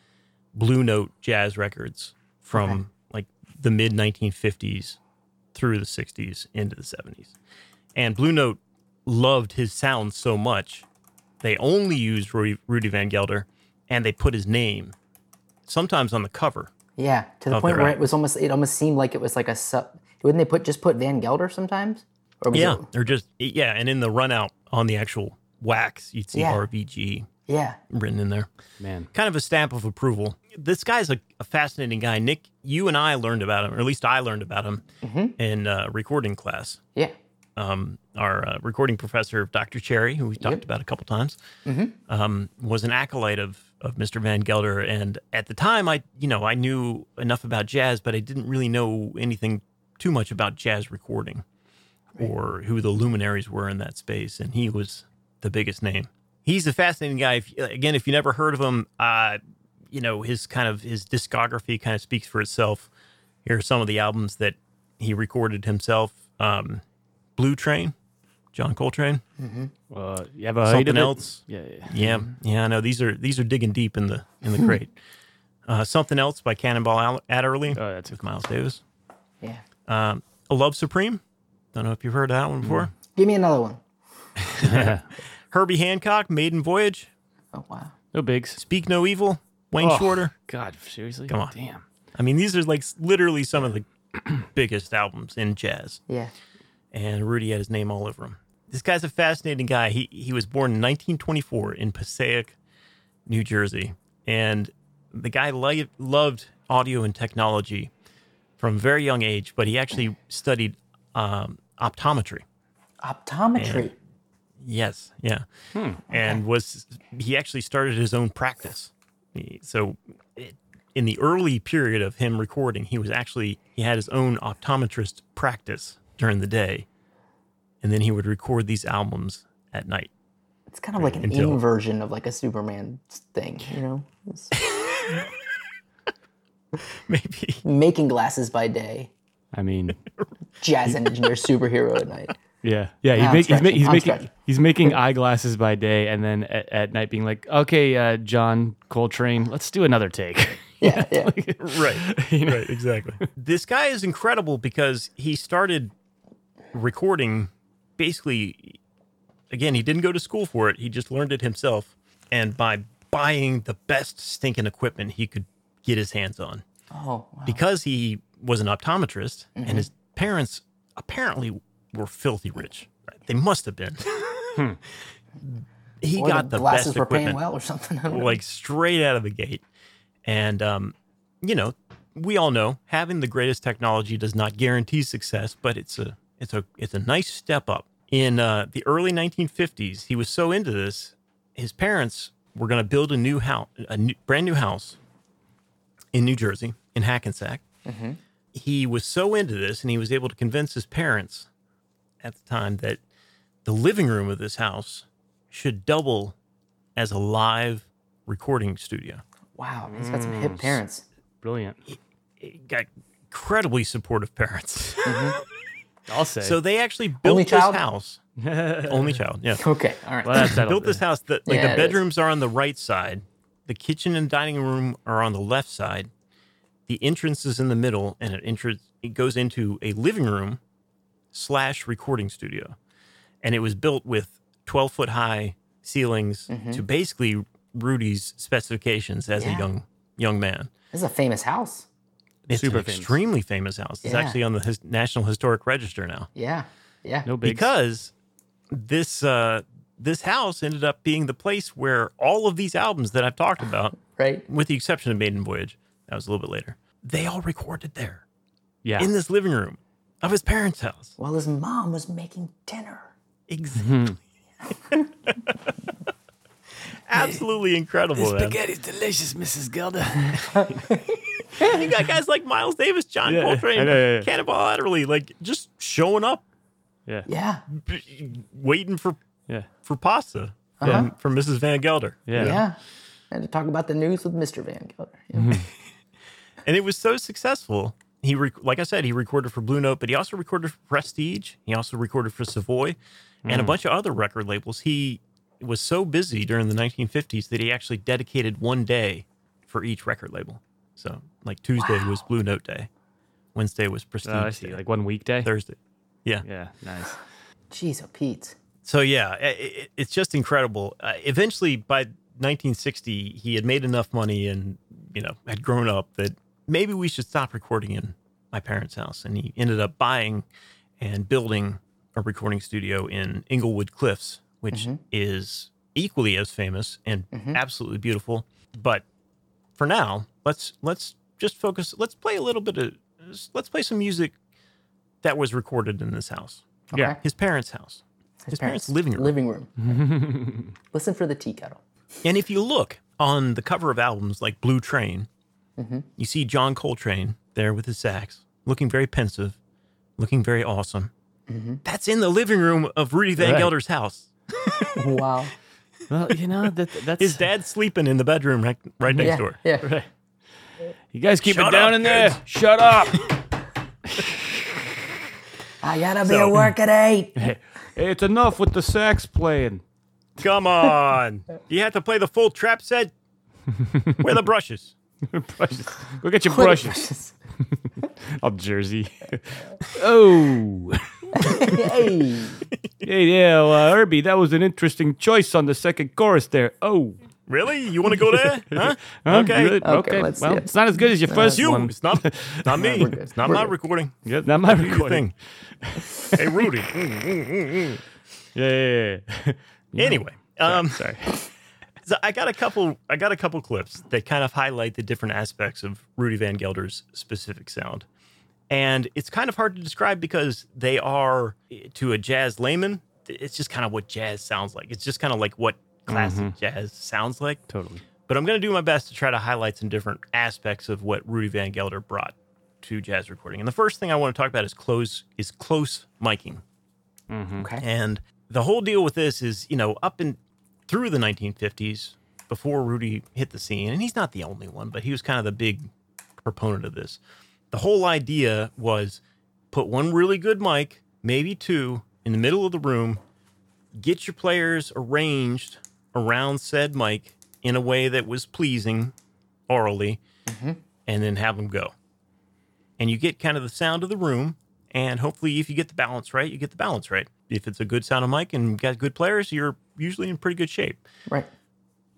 Blue Note jazz records from
Okay.
like the mid 1950s through the 60s into the 70s. And Blue Note loved his sound so much, they only used Rudy, Rudy Van Gelder and they put his name sometimes on the cover.
Yeah, to the
Of the
point where
rap.
it was almost it almost seemed like it was like a sub. Wouldn't they put just put Van Gelder sometimes? Or was
Yeah,
it-
or just yeah, and in the run out on the actual wax, you'd see
Yeah.
RVG
yeah,
written in there.
Man,
Kind of a stamp of approval. This guy's a, a fascinating guy. Nick, you and I learned about him, or at least I learned about him in uh, recording class.
yeah.
Um, our uh, recording professor, Dr. Cherry, who we talked about a couple times, um, was an acolyte of of Mr. Van Gelder, and at the time, I you know I knew enough about jazz, but I didn't really know anything too much about jazz recording or who the luminaries were in that space, and he was the biggest name. He's a fascinating guy. If, again, if you never heard of him, uh, you know his kind of his discography kind of speaks for itself. Here are some of the albums that he recorded himself: um, Blue Train, John Coltrane,
uh, you have a height of
something
it?
else.
Yeah, yeah.
Yeah, yeah, I know these are these are digging deep in the in the
Hmm.
crate. uh, something else by Cannonball Al- Adderley
Oh, that's a
with Miles Davis.
Yeah.
Um, a Love Supreme. Don't know if you've heard of that one before.
Hmm.
Give me another one.
Herbie Hancock, Maiden Voyage,
Oh wow.
no bigs.
Speak No Evil, Wayne
Oh,
Shorter.
God, seriously?
Come on.
Damn.
I mean, these are like s- literally some of the biggest albums in jazz,
Yeah.
and Rudy had his name all over him. This guy's a fascinating guy. He he was born in 1924 in Passaic, New Jersey, and the guy li- loved audio and technology from a very young age. But he actually studied um, optometry.
Optometry.
Yes, yeah, and was he actually started his own practice? He- So, it, in the early period of him recording, he was actually he had his own optometrist practice during the day, and then he would record these albums at night.
It's kind of like an
Until-
inversion of like a Superman thing, you know? It's
Maybe
making glasses by day,
I mean,
jazz engineer superhero at night.
yeah, yeah.
I'm
He's, make,
stretching,
he's, ma-
I'm
he's making
stretching.
he's making eyeglasses by day, and then at, at night being like, okay, uh, John Coltrane, let's do another take.
Yeah, yeah.
right.
you know?
Right, exactly. this guy is incredible because he started recording basically again, he didn't go to school for it. He just learned it himself and by buying the best stinking equipment he could get his hands on.
Oh, wow.
Because he was an optometrist
Mm-hmm.
and his parents apparently were filthy rich. They must have been. He
Or
got the,
glasses
best
were
equipment
paying well or something. I don't know.
like straight out of the gate. And um, you know, we all know having the greatest technology does not guarantee success, but it's a it's a it's a nice step up. In uh, the early 1950s, he was so into this, his parents were going to build a new house, a new, brand new house in New Jersey in Hackensack.
Mm-hmm.
He was so into this, and he was able to convince his parents at the time that the living room of this house should double as a live recording studio.
wow, he's got some
mm.
hip parents.
Brilliant.
It got incredibly supportive parents.
I'll say.
so they actually built
Only
this
child?
house. Only child, yeah.
Okay, all right.
well, that's
built this house that like
Yeah,
the
it is.
bedrooms are on the right side, the kitchen and dining room are on the left side, the entrance is in the middle, and it entrance it goes into a living room slash recording studio, and it was built with twelve foot high ceilings to basically Rudy's specifications as a
Mm-hmm. Yeah.
young young man.
This is a famous house.
It's
Super
an
famous.
extremely famous house. It's
Yeah.
actually on the his, National Historic Register now
Yeah, yeah.
No bigs.
because this uh, this house ended up being the place where all of these albums that I've talked about,
Right?
with the exception of Maiden Voyage, that was a little bit later, they all recorded there
yeah.
in this living room of his parents' house.
While his mom was making dinner.
Exactly.
Mm-hmm.
Absolutely incredible. man.
Spaghetti's delicious, Mrs. Gelder.
You got guys like Miles Davis, John
Yeah, I
Coltrane,
know, yeah, yeah.
Cannonball Adderley, like just showing up,
yeah. Yeah.
Yeah,
b- waiting for
Yeah.
for pasta
Uh-huh.
from, from Mrs. Van Gelder.
Yeah.
yeah.
Mm-hmm.
And to talk about the news with Mr. Van Gelder. Yeah.
And it was so successful he rec- like I said, he recorded for Blue Note, but he also recorded for Prestige. He also recorded for Savoy
Hmm.
and a bunch of other record labels. He was so busy during the 1950s that he actually dedicated one day for each record label. So, like Tuesday was Blue Note Day, Wednesday was Prestige
Oh, I see.
Day,
Like one weekday.
Thursday. Yeah.
Yeah, nice.
Jeez, oh Pete.
So yeah, i i it's just incredible. Uh, eventually, by 1960, he had made enough money and you know had grown up that maybe we should stop recording in my parents' house. And he ended up buying and building a recording studio in Inglewood Cliffs, which is equally as famous and absolutely beautiful. But for now, let's let's just focus. Let's play a little bit of let's play some music that was recorded in this house,
Okay.
Yeah.
his parents' house. His, parents', living room.
Living room. Listen for the tea kettle.
And if you look on the cover of albums like Blue Train,
Mm-hmm.
you see John Coltrane there with his sax, looking very pensive, looking very awesome.
Mm-hmm.
That's in the living room of Rudy Van
Right.
Gelder's house.
Oh, Wow.
Well, you know that that's
His dad's sleeping in the bedroom right, right next
yeah.
door.
Yeah.
You guys keep
Shut
it down
up,
in there. Shut up.
I gotta be
So-
at work at eight.
Hey, it's enough with the sax playing.
Come on. you have to play the full trap set? Where are the brushes?
brushes. Go get your
Brushes.
brushes. Up Jersey. oh.
Hey.
Hey, yeah, well, uh, Herbie, that was an interesting choice on the second chorus there. Oh.
Really? You want to go there? Huh?
Huh?
Okay.
Good.
Okay,
Okay.
let's
well,
see it.
it's not as good as your first
You.
one.
It's not, not me.
we're good.
it's not
We're
my
good.
recording.
Yeah, not my
Do your
recording.
thing. hey, Rudy. Mm, mm, mm, mm.
Yeah, yeah, yeah.
Anyway, um,
Sorry.
so I got a couple. I got a couple clips that kind of highlight the different aspects of Rudy Van Gelder's specific sound, and it's kind of hard to describe because they are to a jazz layman. It's just kind of what jazz sounds like. It's just kind of like what classic jazz sounds like.
Totally.
But I'm going to do my best to try to highlight some different aspects of what Rudy Van Gelder brought to jazz recording. And the first thing I want to talk about is close is close miking.
Okay.
And the whole deal with this is, you know, up and through the 1950s, before Rudy hit the scene, and he's not the only one, but he was kind of the big proponent of this. The whole idea was put one really good mic, maybe two, in the middle of the room, get your players arranged around said mic in a way that was pleasing orally, and then have them go. And you get kind of the sound of the room. And hopefully, if you get the balance right, you get the balance right. If it's a good sounding mic and you've got good players, you're usually in pretty good shape.
Right.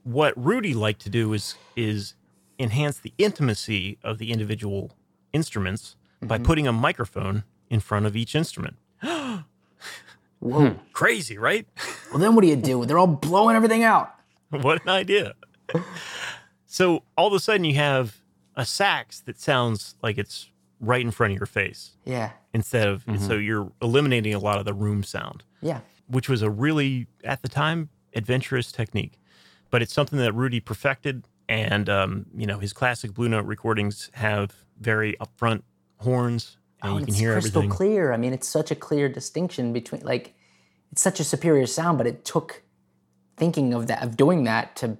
What Rudy liked to do is is enhance the intimacy of the individual instruments by putting a microphone in front of each instrument.
Whoa.
Crazy, right?
Well, then what do you do? They're all blowing everything out.
what an idea. so all of a sudden you have a sax that sounds like it's right in front of your face
Yeah.
instead of so
Mm-hmm.
you're eliminating a lot of the room sound.
Yeah.
which was a really at the time adventurous technique but it's something that rudy perfected and um, you know his classic blue note recordings have very upfront horns and
Oh,
you
and
can
it's
hear
crystal
everything
clear. I mean, it's such a clear distinction between like it's such a superior sound, but it took thinking of that of doing that to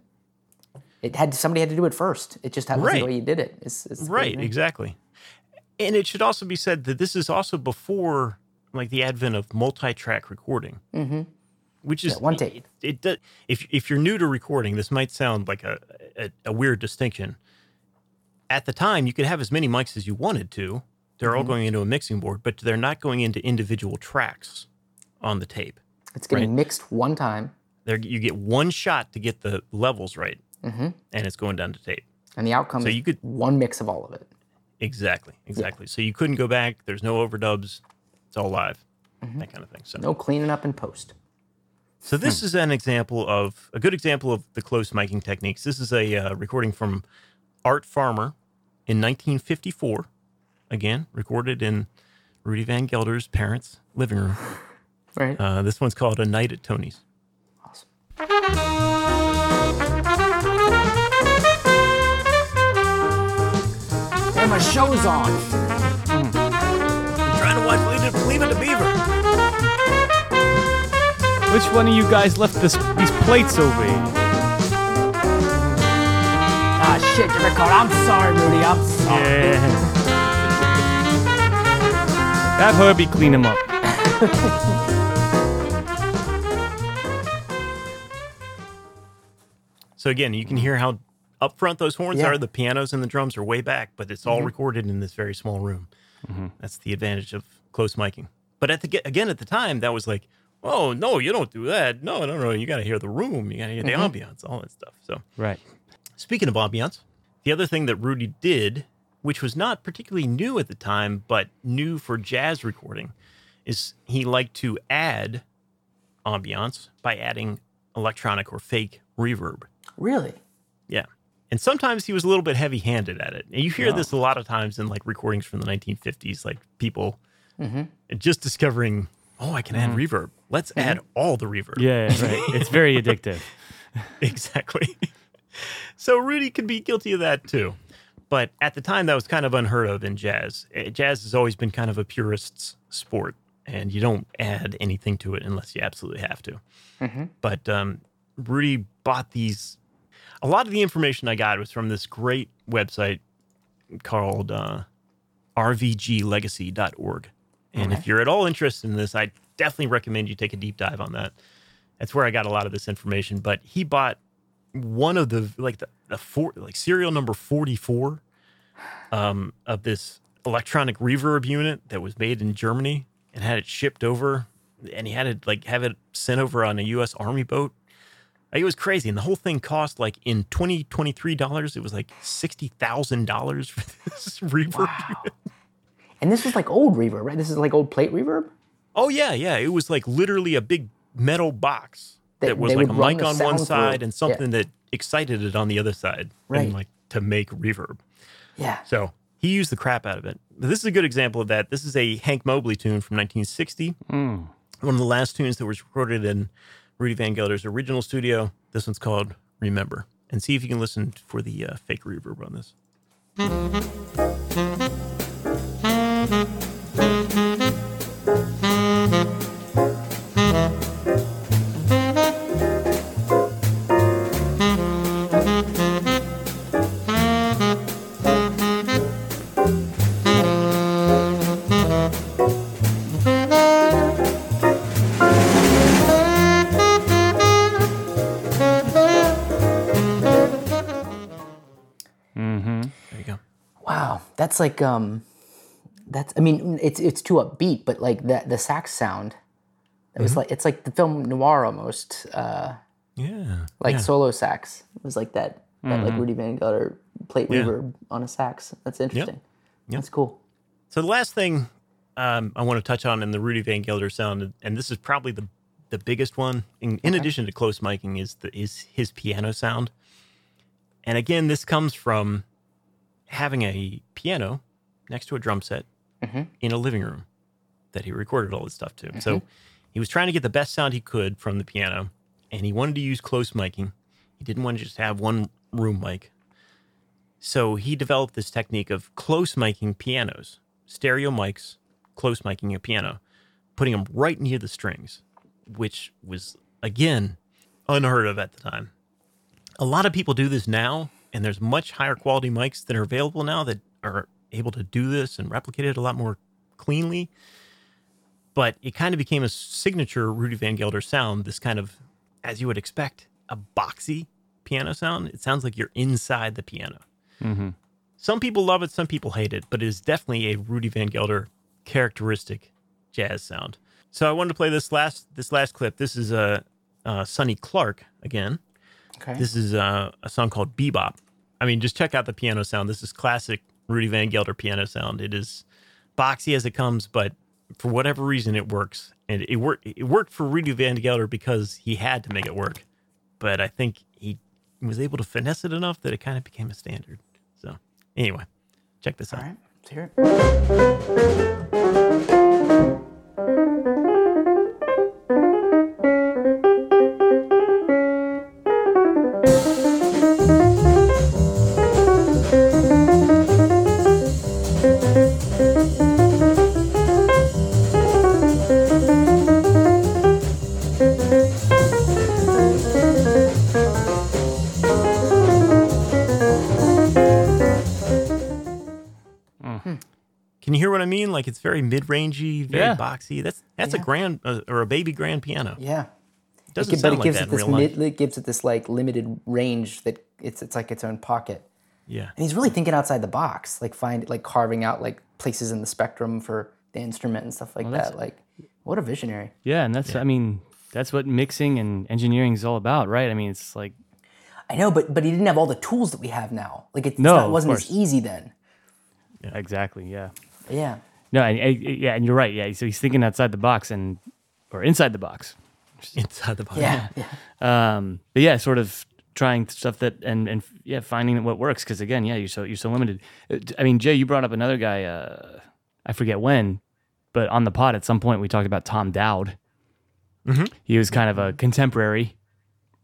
it had somebody had to do it first. It just happens
Right.
the way you did it. It's, it's
right exactly and it should also be said that this is also before like the advent of multi-track recording mm-hmm. which is
one tape.
it, it does if, if you're new to recording this might sound like a, a, a weird distinction at the time you could have as many mics as you wanted to they're all going into a mixing board but they're not going into individual tracks on the tape
It's getting mixed one time,
there you get one shot to get the levels right and it's going down to tape
and the outcome
So
is
you could-
one mix of all of it.
Exactly. Exactly. So you couldn't go back. There's no overdubs. It's all live. That kind of thing. So,
No cleaning up in post.
so this is an example of a good example of the close miking techniques. This is a uh, recording from Art Farmer in 1954. Again, recorded in Rudy Van Gelder's parents' living room.
Right.
Uh, this one's called "A Night at Tony's."
awesome. Hey, my show's on.
trying to watch Leave It, Leave it to Beaver.
Which one of you guys left this these plates over here?
Ah, shit, Ricardo. I'm sorry, Rudy. I'm sorry.
Yeah. Have Herbie clean him up.
So again, you can hear how up front those horns
Yeah.
are. The pianos and the drums are way back, but it's all recorded in this very small room. That's the advantage of close miking. But at the ge- again at the time, that was like, oh no, you don't do that. No, no, no, you got to hear the room. You got to hear the ambiance, all that stuff. So
Right.
Speaking of ambiance, the other thing that Rudy did, which was not particularly new at the time, but new for jazz recording, is he liked to add ambiance by adding electronic or fake reverb.
Really?
Yeah. And sometimes he was a little bit heavy handed at it. And you hear this a lot of times in like recordings from the 1950s, like people just discovering, oh, I can add reverb. Let's add all the reverb.
Yeah, yeah, right. It's very addictive.
Exactly. so Rudy could be guilty of that too. But at the time, that was kind of unheard of in jazz. Eh, Jazz has always been kind of a purist's sport, and you don't add anything to it unless you absolutely have to. But um, Rudy bought these. A lot of the information I got was from this great website called uh, rvglegacy.org. And if you're at all interested in this, I definitely recommend you take a deep dive on that. That's where I got a lot of this information. But he bought one of the like the, the four like serial number 44 um of this electronic reverb unit that was made in Germany and had it shipped over and he had it like have it sent over on a US army boat. Like, It was crazy. And the whole thing cost like in 2023 dollars, it was like $60,000 for this reverb unit.
And this is like old reverb, right? This is like old plate reverb.
Oh yeah, yeah. It was like literally a big metal box
That
that, was
they
like a
would run
mic
the
on one
sound through.
side and
Yeah.
something that excited it on the other side,
Right.
And like to make reverb.
Yeah.
So he used the crap out of it. But This is a good example of that. This is a Hank Mobley tune from 1960,
Hmm.
one of the last tunes that was recorded in Rudy Van Gelder's original studio. This one's called "Remember." And see if you can listen for the uh, fake reverb on this. There you go.
Wow, that's like um, that's I mean it's it's too upbeat, but like that the sax sound, it
Mm-hmm.
was like it's like the film noir almost, uh,
Yeah. Mm-hmm.
like solo sax. It was like that that like Rudy Van Gelder plate reverb on a sax. That's interesting. That's cool.
So the last thing um, I want to touch on in the Rudy Van Gelder sound, and this is probably the the biggest one, in, in addition to close miking, is the is his piano sound. And again, this comes from having a piano next to a drum set in a living room that he recorded all this stuff to. So he was trying to get the best sound he could from the piano, and he wanted to use close miking. He didn't want to just have one room mic. So he developed this technique of close miking pianos, stereo mics, close miking a piano, putting them right near the strings, which was, again, unheard of at the time. A lot of people do this now, and there's much higher quality mics that are available now that are able to do this and replicate it a lot more cleanly. But it kind of became a signature Rudy Van Gelder sound, this kind of, as you would expect, a boxy piano sound. It sounds like you're inside the piano. Some people love it, some people hate it, but it is definitely a Rudy Van Gelder characteristic jazz sound. So I wanted to play this last this last clip. This is uh, uh, Sonny Clark again.
Okay.
This is uh, a song called Bebop. I mean, just check out the piano sound. This is classic Rudy Van Gelder piano sound. It is boxy as it comes, but for whatever reason, it works. And it worked. It worked for Rudy Van Gelder because he had to make it work. But I think he was able to finesse it enough that it kind of became a standard. So anyway, check this out.
All right. Let's hear it.
Can you hear what I mean? Like it's very mid-rangey, very
Yeah.
boxy. That's that's a
Yeah.
grand uh, or a baby grand piano.
Yeah.
It doesn't
but
sound
it
like
gives
that
it
in
this
real life.
mid, it gives it this like limited range that it's it's like its own pocket.
yeah.
And he's really thinking outside the box, like find like carving out like places in the spectrum for the instrument and stuff like that. Like, what a visionary.
Yeah, and that's I mean that's what mixing and engineering is all about, right? I mean, it's like
I know, but but he didn't have all the tools that we have now. Like it's
No,
not, it
of
wasn't as
course.
easy then.
exactly, yeah.
Yeah.
No, and, and- yeah, and you're right. Yeah, so he's thinking outside the box and or inside the box.
Inside the box.
Yeah. Yeah.
Um, but yeah, sort of trying stuff that and and yeah, finding what works because again, yeah, you're so you're so limited. Uh, I mean, Jay, you brought up another guy. Uh, I forget when, but on the pod at some point we talked about Tom Dowd. He was kind of a contemporary,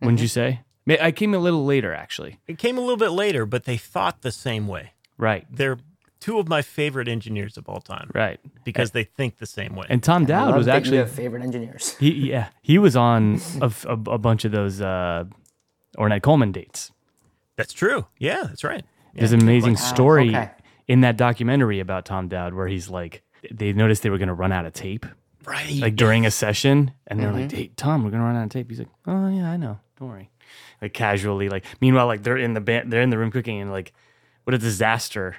wouldn't you say? May- I came a little later, actually.
It came a little bit later, but they thought the same way.
Right,
They're two of my favorite engineers of all time
right.
because they think the same way.
And Tom
I
Dowd
love
was
that you
actually
have favorite engineers.
He yeah, he was on a, f- a- a bunch of those uh, Ornette Coleman dates.
that's true. Yeah, that's right. Yeah.
There's an amazing story
"Ah, okay.
in that documentary about Tom Dowd where he's like, they noticed they were going to run out of tape
Right.
like during a session, and they're like, "Hey, Tom, we're going to run out of tape." He's like, "Oh yeah, I know. Don't worry." Like casually, like meanwhile, like they're in the band, they're in the room cooking, and like, what a disaster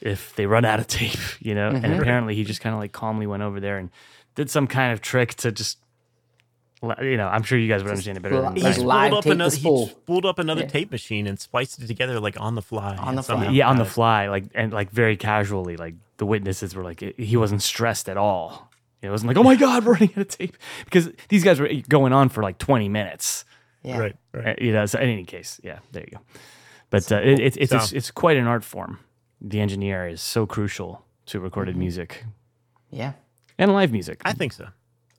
if they run out of tape, you know. And apparently, he just kind of like calmly went over there and did some kind of trick to just. let- You know, I'm sure you guys would understand it better than
li-
he
Like
I
spooled
do.
live
up
tape
another,
the
he
spool.
spooled up another
Yeah.
tape machine and spliced it together like on the fly.
On
and
the fly.
somehow
yeah on the
got it.
fly like and like very casually like the witnesses were like it, he wasn't stressed at all it wasn't like oh my god we're running out of tape because these guys were going on for like 20 minutes
Yeah.
Right. Right.
Uh, you know so in any case yeah there you go but uh, it, it's it's, it's
So-
it's quite an art form the engineer is so crucial to recorded
Mm-hmm.
music
Yeah.
and live music
I think so.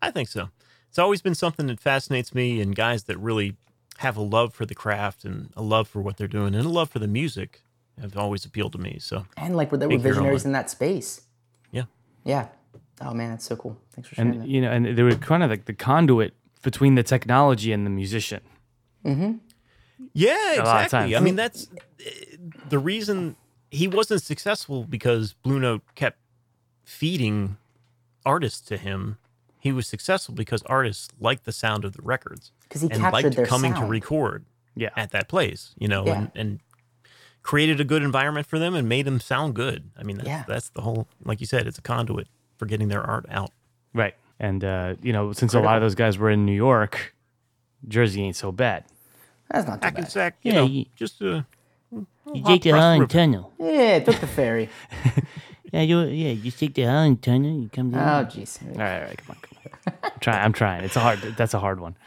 I think so. It's always been something that fascinates me and guys that really have a love for the craft and a love for what they're doing and a love for the music have always appealed to me. So
And like there were
Make your own
visionaries in that space.
Yeah.
Yeah. Oh man, that's so cool. Thanks for sharing
and
that.
you know and they were kind of like the conduit between the technology and the musician
Yeah,
lot of
exactly. I
times.
mean, that's eh, the reason he wasn't successful because Blue Note kept feeding artists to him. He was successful because artists liked the sound of the records
'Cause he
and
captured
liked
their
coming to
sound.
record
yeah
at that place, you know,
Yeah.
and, and created a good environment for them and made them sound good. I mean, that's,
Yeah.
that's the whole, like you said, it's a conduit for getting their art out.
Right. And uh, you know, since a lot of those guys were in New York, Jersey ain't so bad.
That's not too bad.
Hackensack, you
Yeah,
know,
you-
just uh,
You take the Holland Tunnel.
Yeah, it took the ferry.
Yeah, you yeah, you take the Holland Tunnel. You come
oh
down.
jeez.
All right, all right, come on, come on. I'm trying. I'm trying. It's a hard. That's a hard one.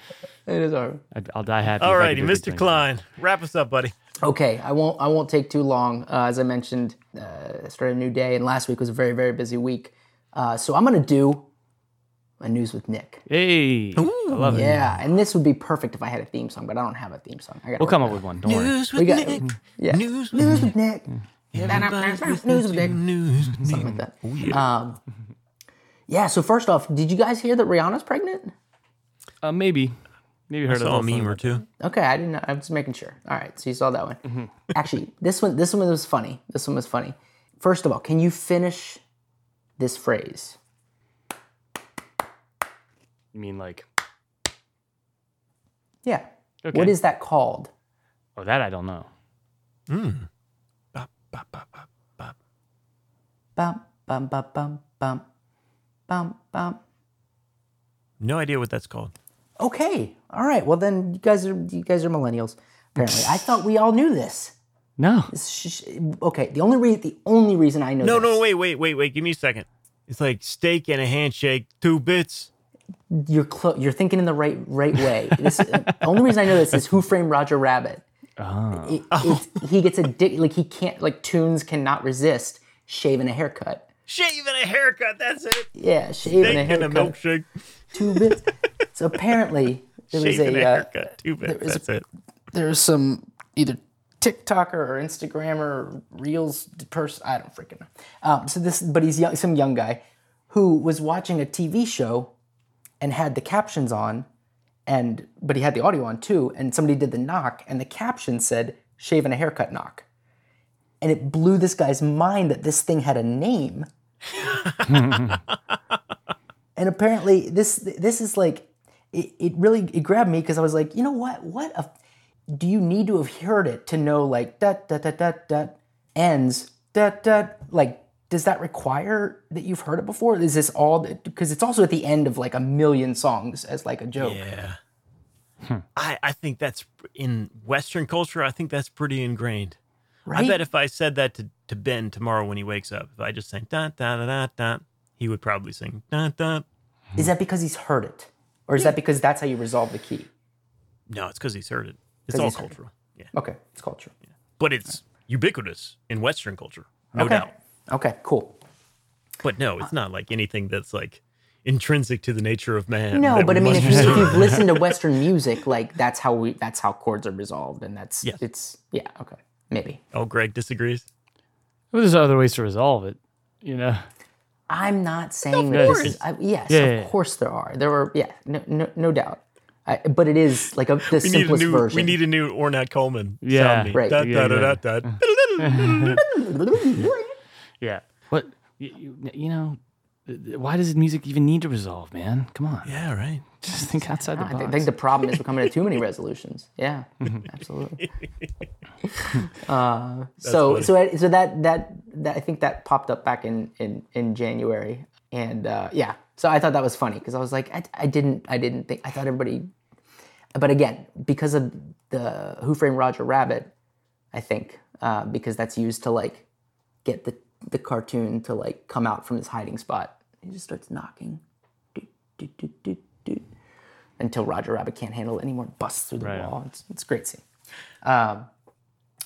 It is hard.
I'd, I'll die happy. if I
all
could
righty,
do a big
Mr.
thing.
Klein, wrap us up, buddy.
Okay, I won't. I won't take too long. Uh, as I mentioned, uh, I started a new day, and last week was a very, very busy week. Uh, so I'm gonna do my news with Nick.
Hey, I love it.
Yeah, and this would be perfect if I had a theme song, but I don't have a theme song. I gotta
We'll come up with one. Don't worry.
News with
got-
Nick.
yeah.
News with
news with Nick.
Everybody's
News with
listening
Nick.
to News Oh, with Nick.
Something like that. Um, yeah. So first off, did you guys hear that Rihanna's pregnant?
Uh, maybe. Maybe heard
Saw a
of the
meme or two.
Okay, I didn't. know. I was making sure. All right, so you saw that one.
Mm-hmm.
Actually, this one. This one was funny. This one was funny. First of all, can you finish this phrase?
You mean like?
Yeah.
Okay.
What is that called?
Oh, that I don't know.
Bop, bop, bop, bop, bop.
Bum bum bum bum bum bum bum.
No idea what that's called.
Okay. All right. Well, then you guys are you guys are millennials. Apparently, I thought we all knew this.
No.
Sh- sh- Okay. The only reason the only reason I know
No,
this,
no, wait, wait, wait, wait. Give me a second. It's like steak and a handshake, two bits.
you're clo- you're thinking in the right right way. This, the only reason I know this is Who Framed Roger Rabbit.
Ah.
It- it's- he gets addicted. Like he can't. Like tunes cannot resist shaving a haircut.
Shave and a haircut. That's it.
Yeah, shaving
Steak
a
and a
haircut.
milkshake.
Two bits. so apparently there was
Shave and a
a uh,
haircut, two bits.
is a-
That's it.
there's some either TikToker or Instagrammer or Reels person. I don't freaking know. Um, so this, but he's young, some young guy who was watching a TV show and had the captions on, and but he had the audio on too. And somebody did the knock, and the caption said "shave and a haircut knock," and it blew this guy's mind that this thing had a name. and apparently this this is like it, it really it grabbed me because I was like, you know what? What a do you need to have heard it to know like that that that that that ends that that like does that require that you've heard it before? Is this all because it's also at the end of like a million songs as like a joke?
Yeah.
Hmm.
I, I think that's in Western culture, I think that's pretty ingrained.
right?
I bet if I said that to, to Ben tomorrow when he wakes up, if I just sang da da da da da, he would probably sing da da.
is that because he's heard it, or is that because that's how you resolve the key?
No, it's because he's heard it. It's
'Cause
all
he's heard it.
cultural. Yeah.
Okay, it's culture.
But it's ubiquitous in Western culture, no
okay. Uh,
doubt.
Okay, cool.
But no, it's not like anything that's like intrinsic to the nature of man.
No,
that
but I
we
mean, if,
must
you, if
preserve.
you've listened to Western music, like that's how we that's how chords are resolved, and that's
Yes.
it's yeah okay maybe
oh, Greg disagrees.
Well, there's other ways to resolve it, you know.
I'm not saying that this
course.
is I, yes
Yeah,
of
yeah, yeah.
course there are there are yeah no no, no doubt, I, but it is like a, the
We need a
simplest
new.
version.
We need a new Ornette Coleman.
Yeah.
sound
Right. Uh.
Da,
Yeah,
da, da,
yeah.
da, da.
Yeah. What you, you, you know? th- th- Why does music even need to resolve, man? Come on,
Yeah, right.
just think outside the
I
box.
thi- think the problem is we're coming to too many resolutions. Yeah, absolutely. Uh, so,
funny.
so, I- so that, that that I think that popped up back in in, in January, and uh, yeah, so I thought that was funny because I was like, I, I didn't, I didn't think, I thought everybody, but again, because of the Who Framed Roger Rabbit, I think uh, because that's used to like get the the cartoon to like come out from his hiding spot. He just starts knocking, doot, doot, doot, doot, doot until Roger Rabbit can't handle it anymore and busts through the wall. It's, it's a great scene. Um,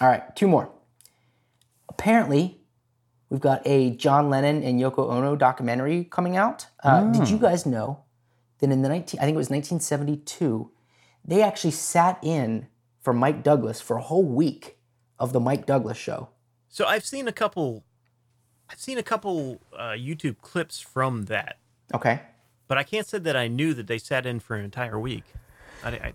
all right, two more. Apparently, we've got a John Lennon and Yoko Ono documentary coming out. Uh, Did you guys know that in the 19, I think it was 1972, they actually sat in for Mike Douglas for a whole week of the Mike Douglas show.
So I've seen a couple. I've seen a couple uh, YouTube clips from that,
Okay.
but I can't say that I knew that they sat in for an entire week. I, I,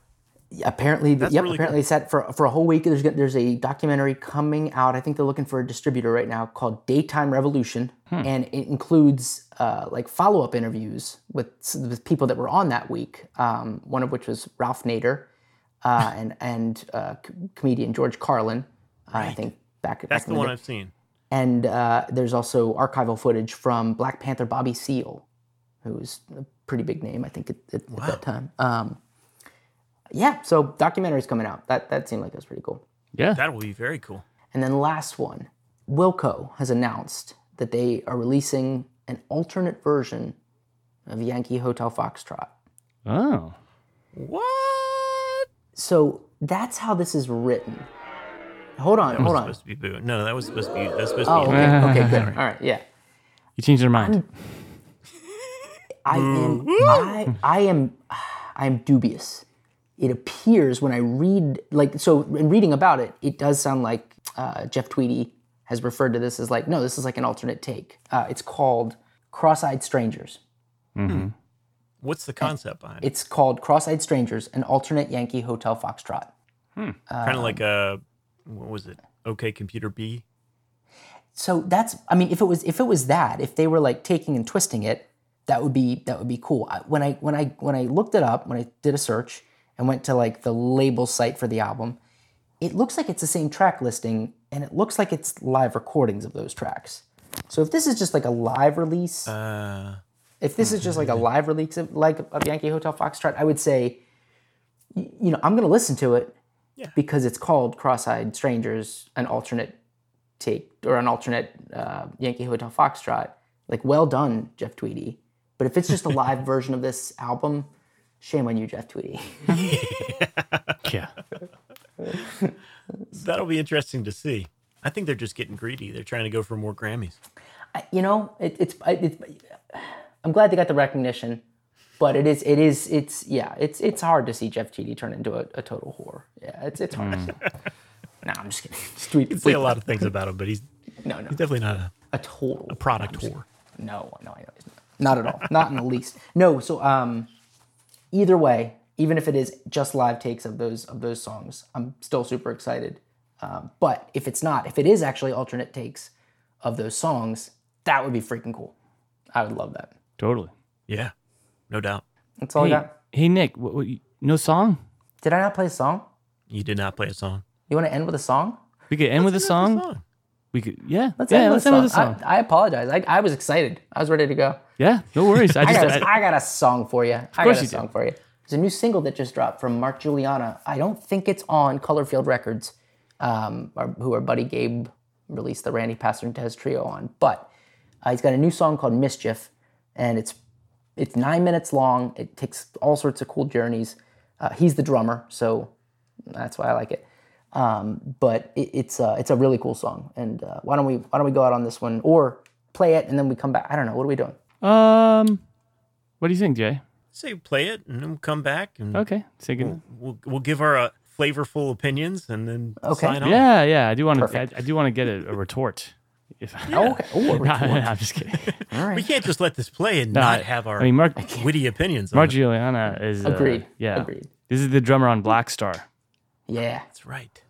apparently
That's
yep
really
apparently it's set for for a whole week there's go- there's a documentary coming out i think they're looking for a distributor right now called daytime revolution
Hmm.
and it includes uh, like follow-up interviews with, s- with people that were on that week um, one of which was ralph nader uh, and and uh, c- comedian george carlin uh, i think back
that's
back
the
in
one
day.
I've seen.
and uh, there's also archival footage from black panther bobby seale who was a pretty big name, I think, at, at, at that time. Um, yeah, so documentaries coming out. That that seemed like it was pretty cool.
yeah.
That will be very cool.
And then last one, Wilco has announced that they are releasing an alternate version of Yankee Hotel Foxtrot.
oh.
What?
So that's how this is written. Hold on, hold on.
Supposed to be boo. No, that was supposed to be. That's supposed
Oh,
to be.
okay, okay, good. All right, yeah.
You changed your mind.
I am I, I am I am dubious. It appears when I read like so in reading about it, it does sound like uh, Jeff Tweedy has referred to this as like no, this is like an alternate take. Uh, it's called Cross-eyed Strangers.
What's the concept behind it?
It's called Cross-eyed Strangers, an alternate Yankee Hotel Foxtrot.
kind of like a what was it? Okay, computer B.
So that's I mean, if it was if it was that, if they were like taking and twisting it, that would be that would be cool. I, when I when I when I looked it up, when I did a search and went to like the label site for the album, it looks like it's the same track listing and it looks like it's live recordings of those tracks. So if this is just like a live release,
Uh,
if this is just like a live release of like of Yankee Hotel Foxtrot, I would say, y- you know, I'm gonna listen to it
Yeah.
because it's called Cross-eyed Strangers, an alternate take or an alternate uh, Yankee Hotel Foxtrot. Like, well done, Jeff Tweedy. But if it's just a live version of this album, shame on you, Jeff Tweedy.
Yeah.
that'll be interesting to see. I think they're just getting greedy. They're trying to go for more Grammys.
I- you know, it, it's, I- it's. I'm glad they got the recognition, but it is, it is, it's, yeah, it's, it's hard to see Jeff Tweedy turn into a, a total whore. Yeah, it's, it's hard. no, I'm just kidding. Just tweet,
Say a lot of things about him, but he's
No, no,
he's definitely not a
a total
product whore.
No, no, I know. it's Not Not at all. Not in the least. No. So, um, either way, even if it is just live takes of those of those songs, I'm still super excited. Um, but if it's not, if it is actually alternate takes of those songs, That would be freaking cool. I would love that.
Totally.
Yeah, no doubt.
That's all
hey,
I got.
hey, Nick, what, what, you- no song?
Did I not play a song?
You did not play a song.
You want to end with a song?
We could end with a song.
That's a song.
We could, yeah,
Let's
yeah,
end
let's
with a
end
song.
with a song.
I, I apologize. I, I was excited. I was ready to go.
yeah, no worries. I
I
just,
got, a,
I,
I got a song for you. I
course
got a
you do.
song for you. There's a new single that just dropped from Mark Juliana. I don't think it's on Colorfield Records, um, or who our buddy Gabe released the Randy Passertez trio on. But uh, he's got a new song called Mischief, and it's it's nine minutes long. It takes all sorts of cool journeys. Uh, he's the drummer, so that's why I like it. Um, but it, it's uh, it's a really cool song. And uh, why don't we why don't we go out on this one or play it and then we come back? I don't know. What are we doing?
um, what do you think, Jay?
Say play it, and then we'll come back and
Okay, say good.
we'll we'll give our uh, flavorful opinions, and then
Okay.
sign off.
Yeah, yeah. I do want to. I,
Perfect.
I do want to get a, a retort. If
Oh, okay. Ooh, a
No, I'm just kidding.
All
We
right.
can't just let this play and
No,
not have our
I mean, Mark,
witty opinions. on
Mark
it.
Giuliana is uh,
Agreed.
yeah,
Agreed.
This is the drummer on Black Star.
Yeah.
That's right.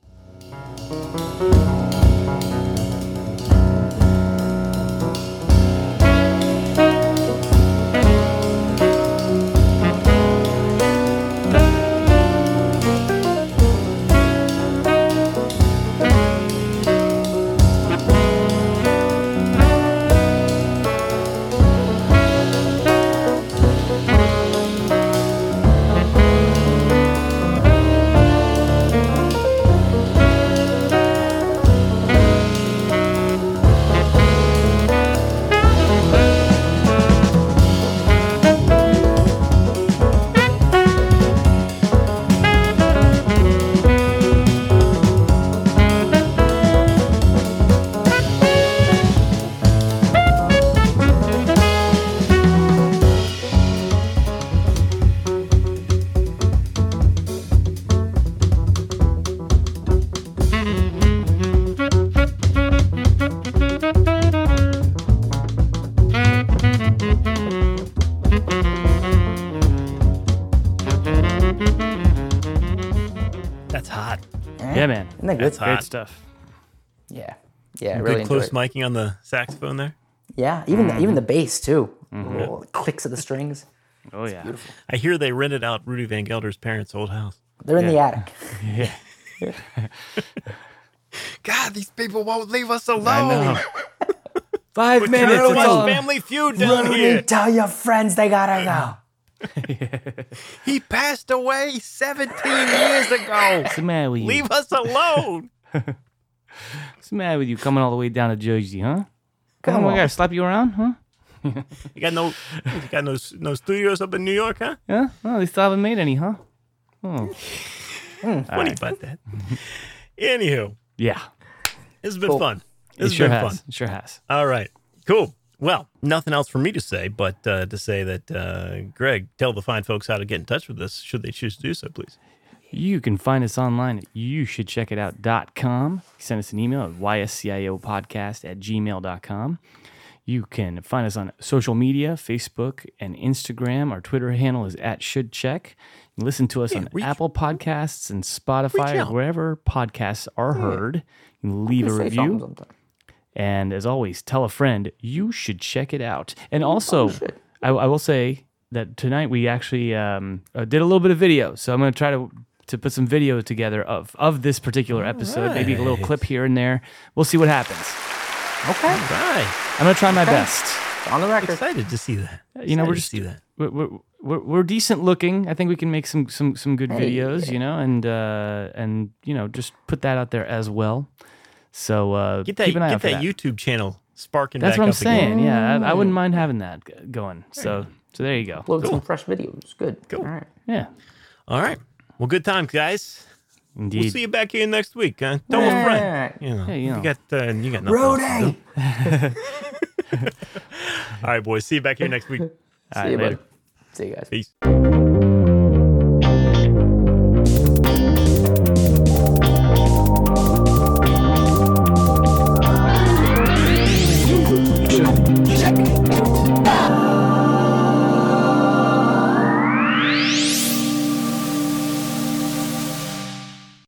That's hot.
Yeah, man.
Isn't that good?
That's
Great
hot.
stuff.
Yeah. Yeah. I really
Good
enjoy
close
it.
miking on the saxophone there.
Yeah. Even the,
Mm-hmm.
even the bass too. Little clicks of the strings.
Oh yeah.
I hear they rented out Rudy Van Gelder's parents' old house.
They're in the attic.
God, these people won't leave us alone.
I know.
Oh.
Five minutes.
Too
It's
much
all,
family feud down
Oh,
Rudy,
here.
tell your friends they gotta go.
He passed away 17 years ago.
what's the matter with you?
Leave us alone.
What's the matter with you coming all the way down to Jersey, huh? Oh,
Come
I gotta
on.
slap you around, huh?
You got no, you got no, no studios up in New York, huh?
Yeah. Well, they still haven't made any, huh? Oh.
Funny about that. Anywho,
Yeah.
it's been
Cool.
fun.
It
It's
sure
been
has.
fun.
It sure has.
All right, cool. Well, nothing else for me to say, but uh, to say that uh, Greg, tell the fine folks how to get in touch with us should they choose to do so, please.
You can find us online at you should check it out.com. Send us an email at ysciopodcast at gmail.com. You can find us on social media, Facebook and Instagram. Our Twitter handle is at should check. Listen to us on
reach-
Apple Podcasts and
reach
Spotify
out.
or wherever podcasts are heard. You can leave a
Say something
review.
sometime.
And as always, tell a friend you should check it out. And also, I, I will say that tonight we actually um, uh, did a little bit of video, so I'm going to try to to put some video together of of this particular episode. Maybe a little clip here and there. We'll see what happens.
Okay.
Bye.
I'm going to try my best.
It's on the record.
Excited to see that.
You know,
Excited
we're
to
just-
see that.
We're, we're- we're, we're decent looking. I think we can make some some some good videos, you know, and uh, and you know just put that out there as well. So uh,
Get that,
keep an eye
get
out for
that, YouTube channel sparking.
That's
back
what I'm
up again.
saying. Yeah, I, I wouldn't mind having that g- going. So, so there you go.
Upload some fresh videos. Good. All right.
Yeah,
All right. Well, good time, guys.
indeed.
We'll see you back here next week. Huh? Tell a
All
friend.
right.
You know,
Hey, you know.
you got uh, you got nothing. else to
Rudy.
do. All right, boys. See you back here next week.
All
See you,
right, later.
bud. See you guys.
Peace.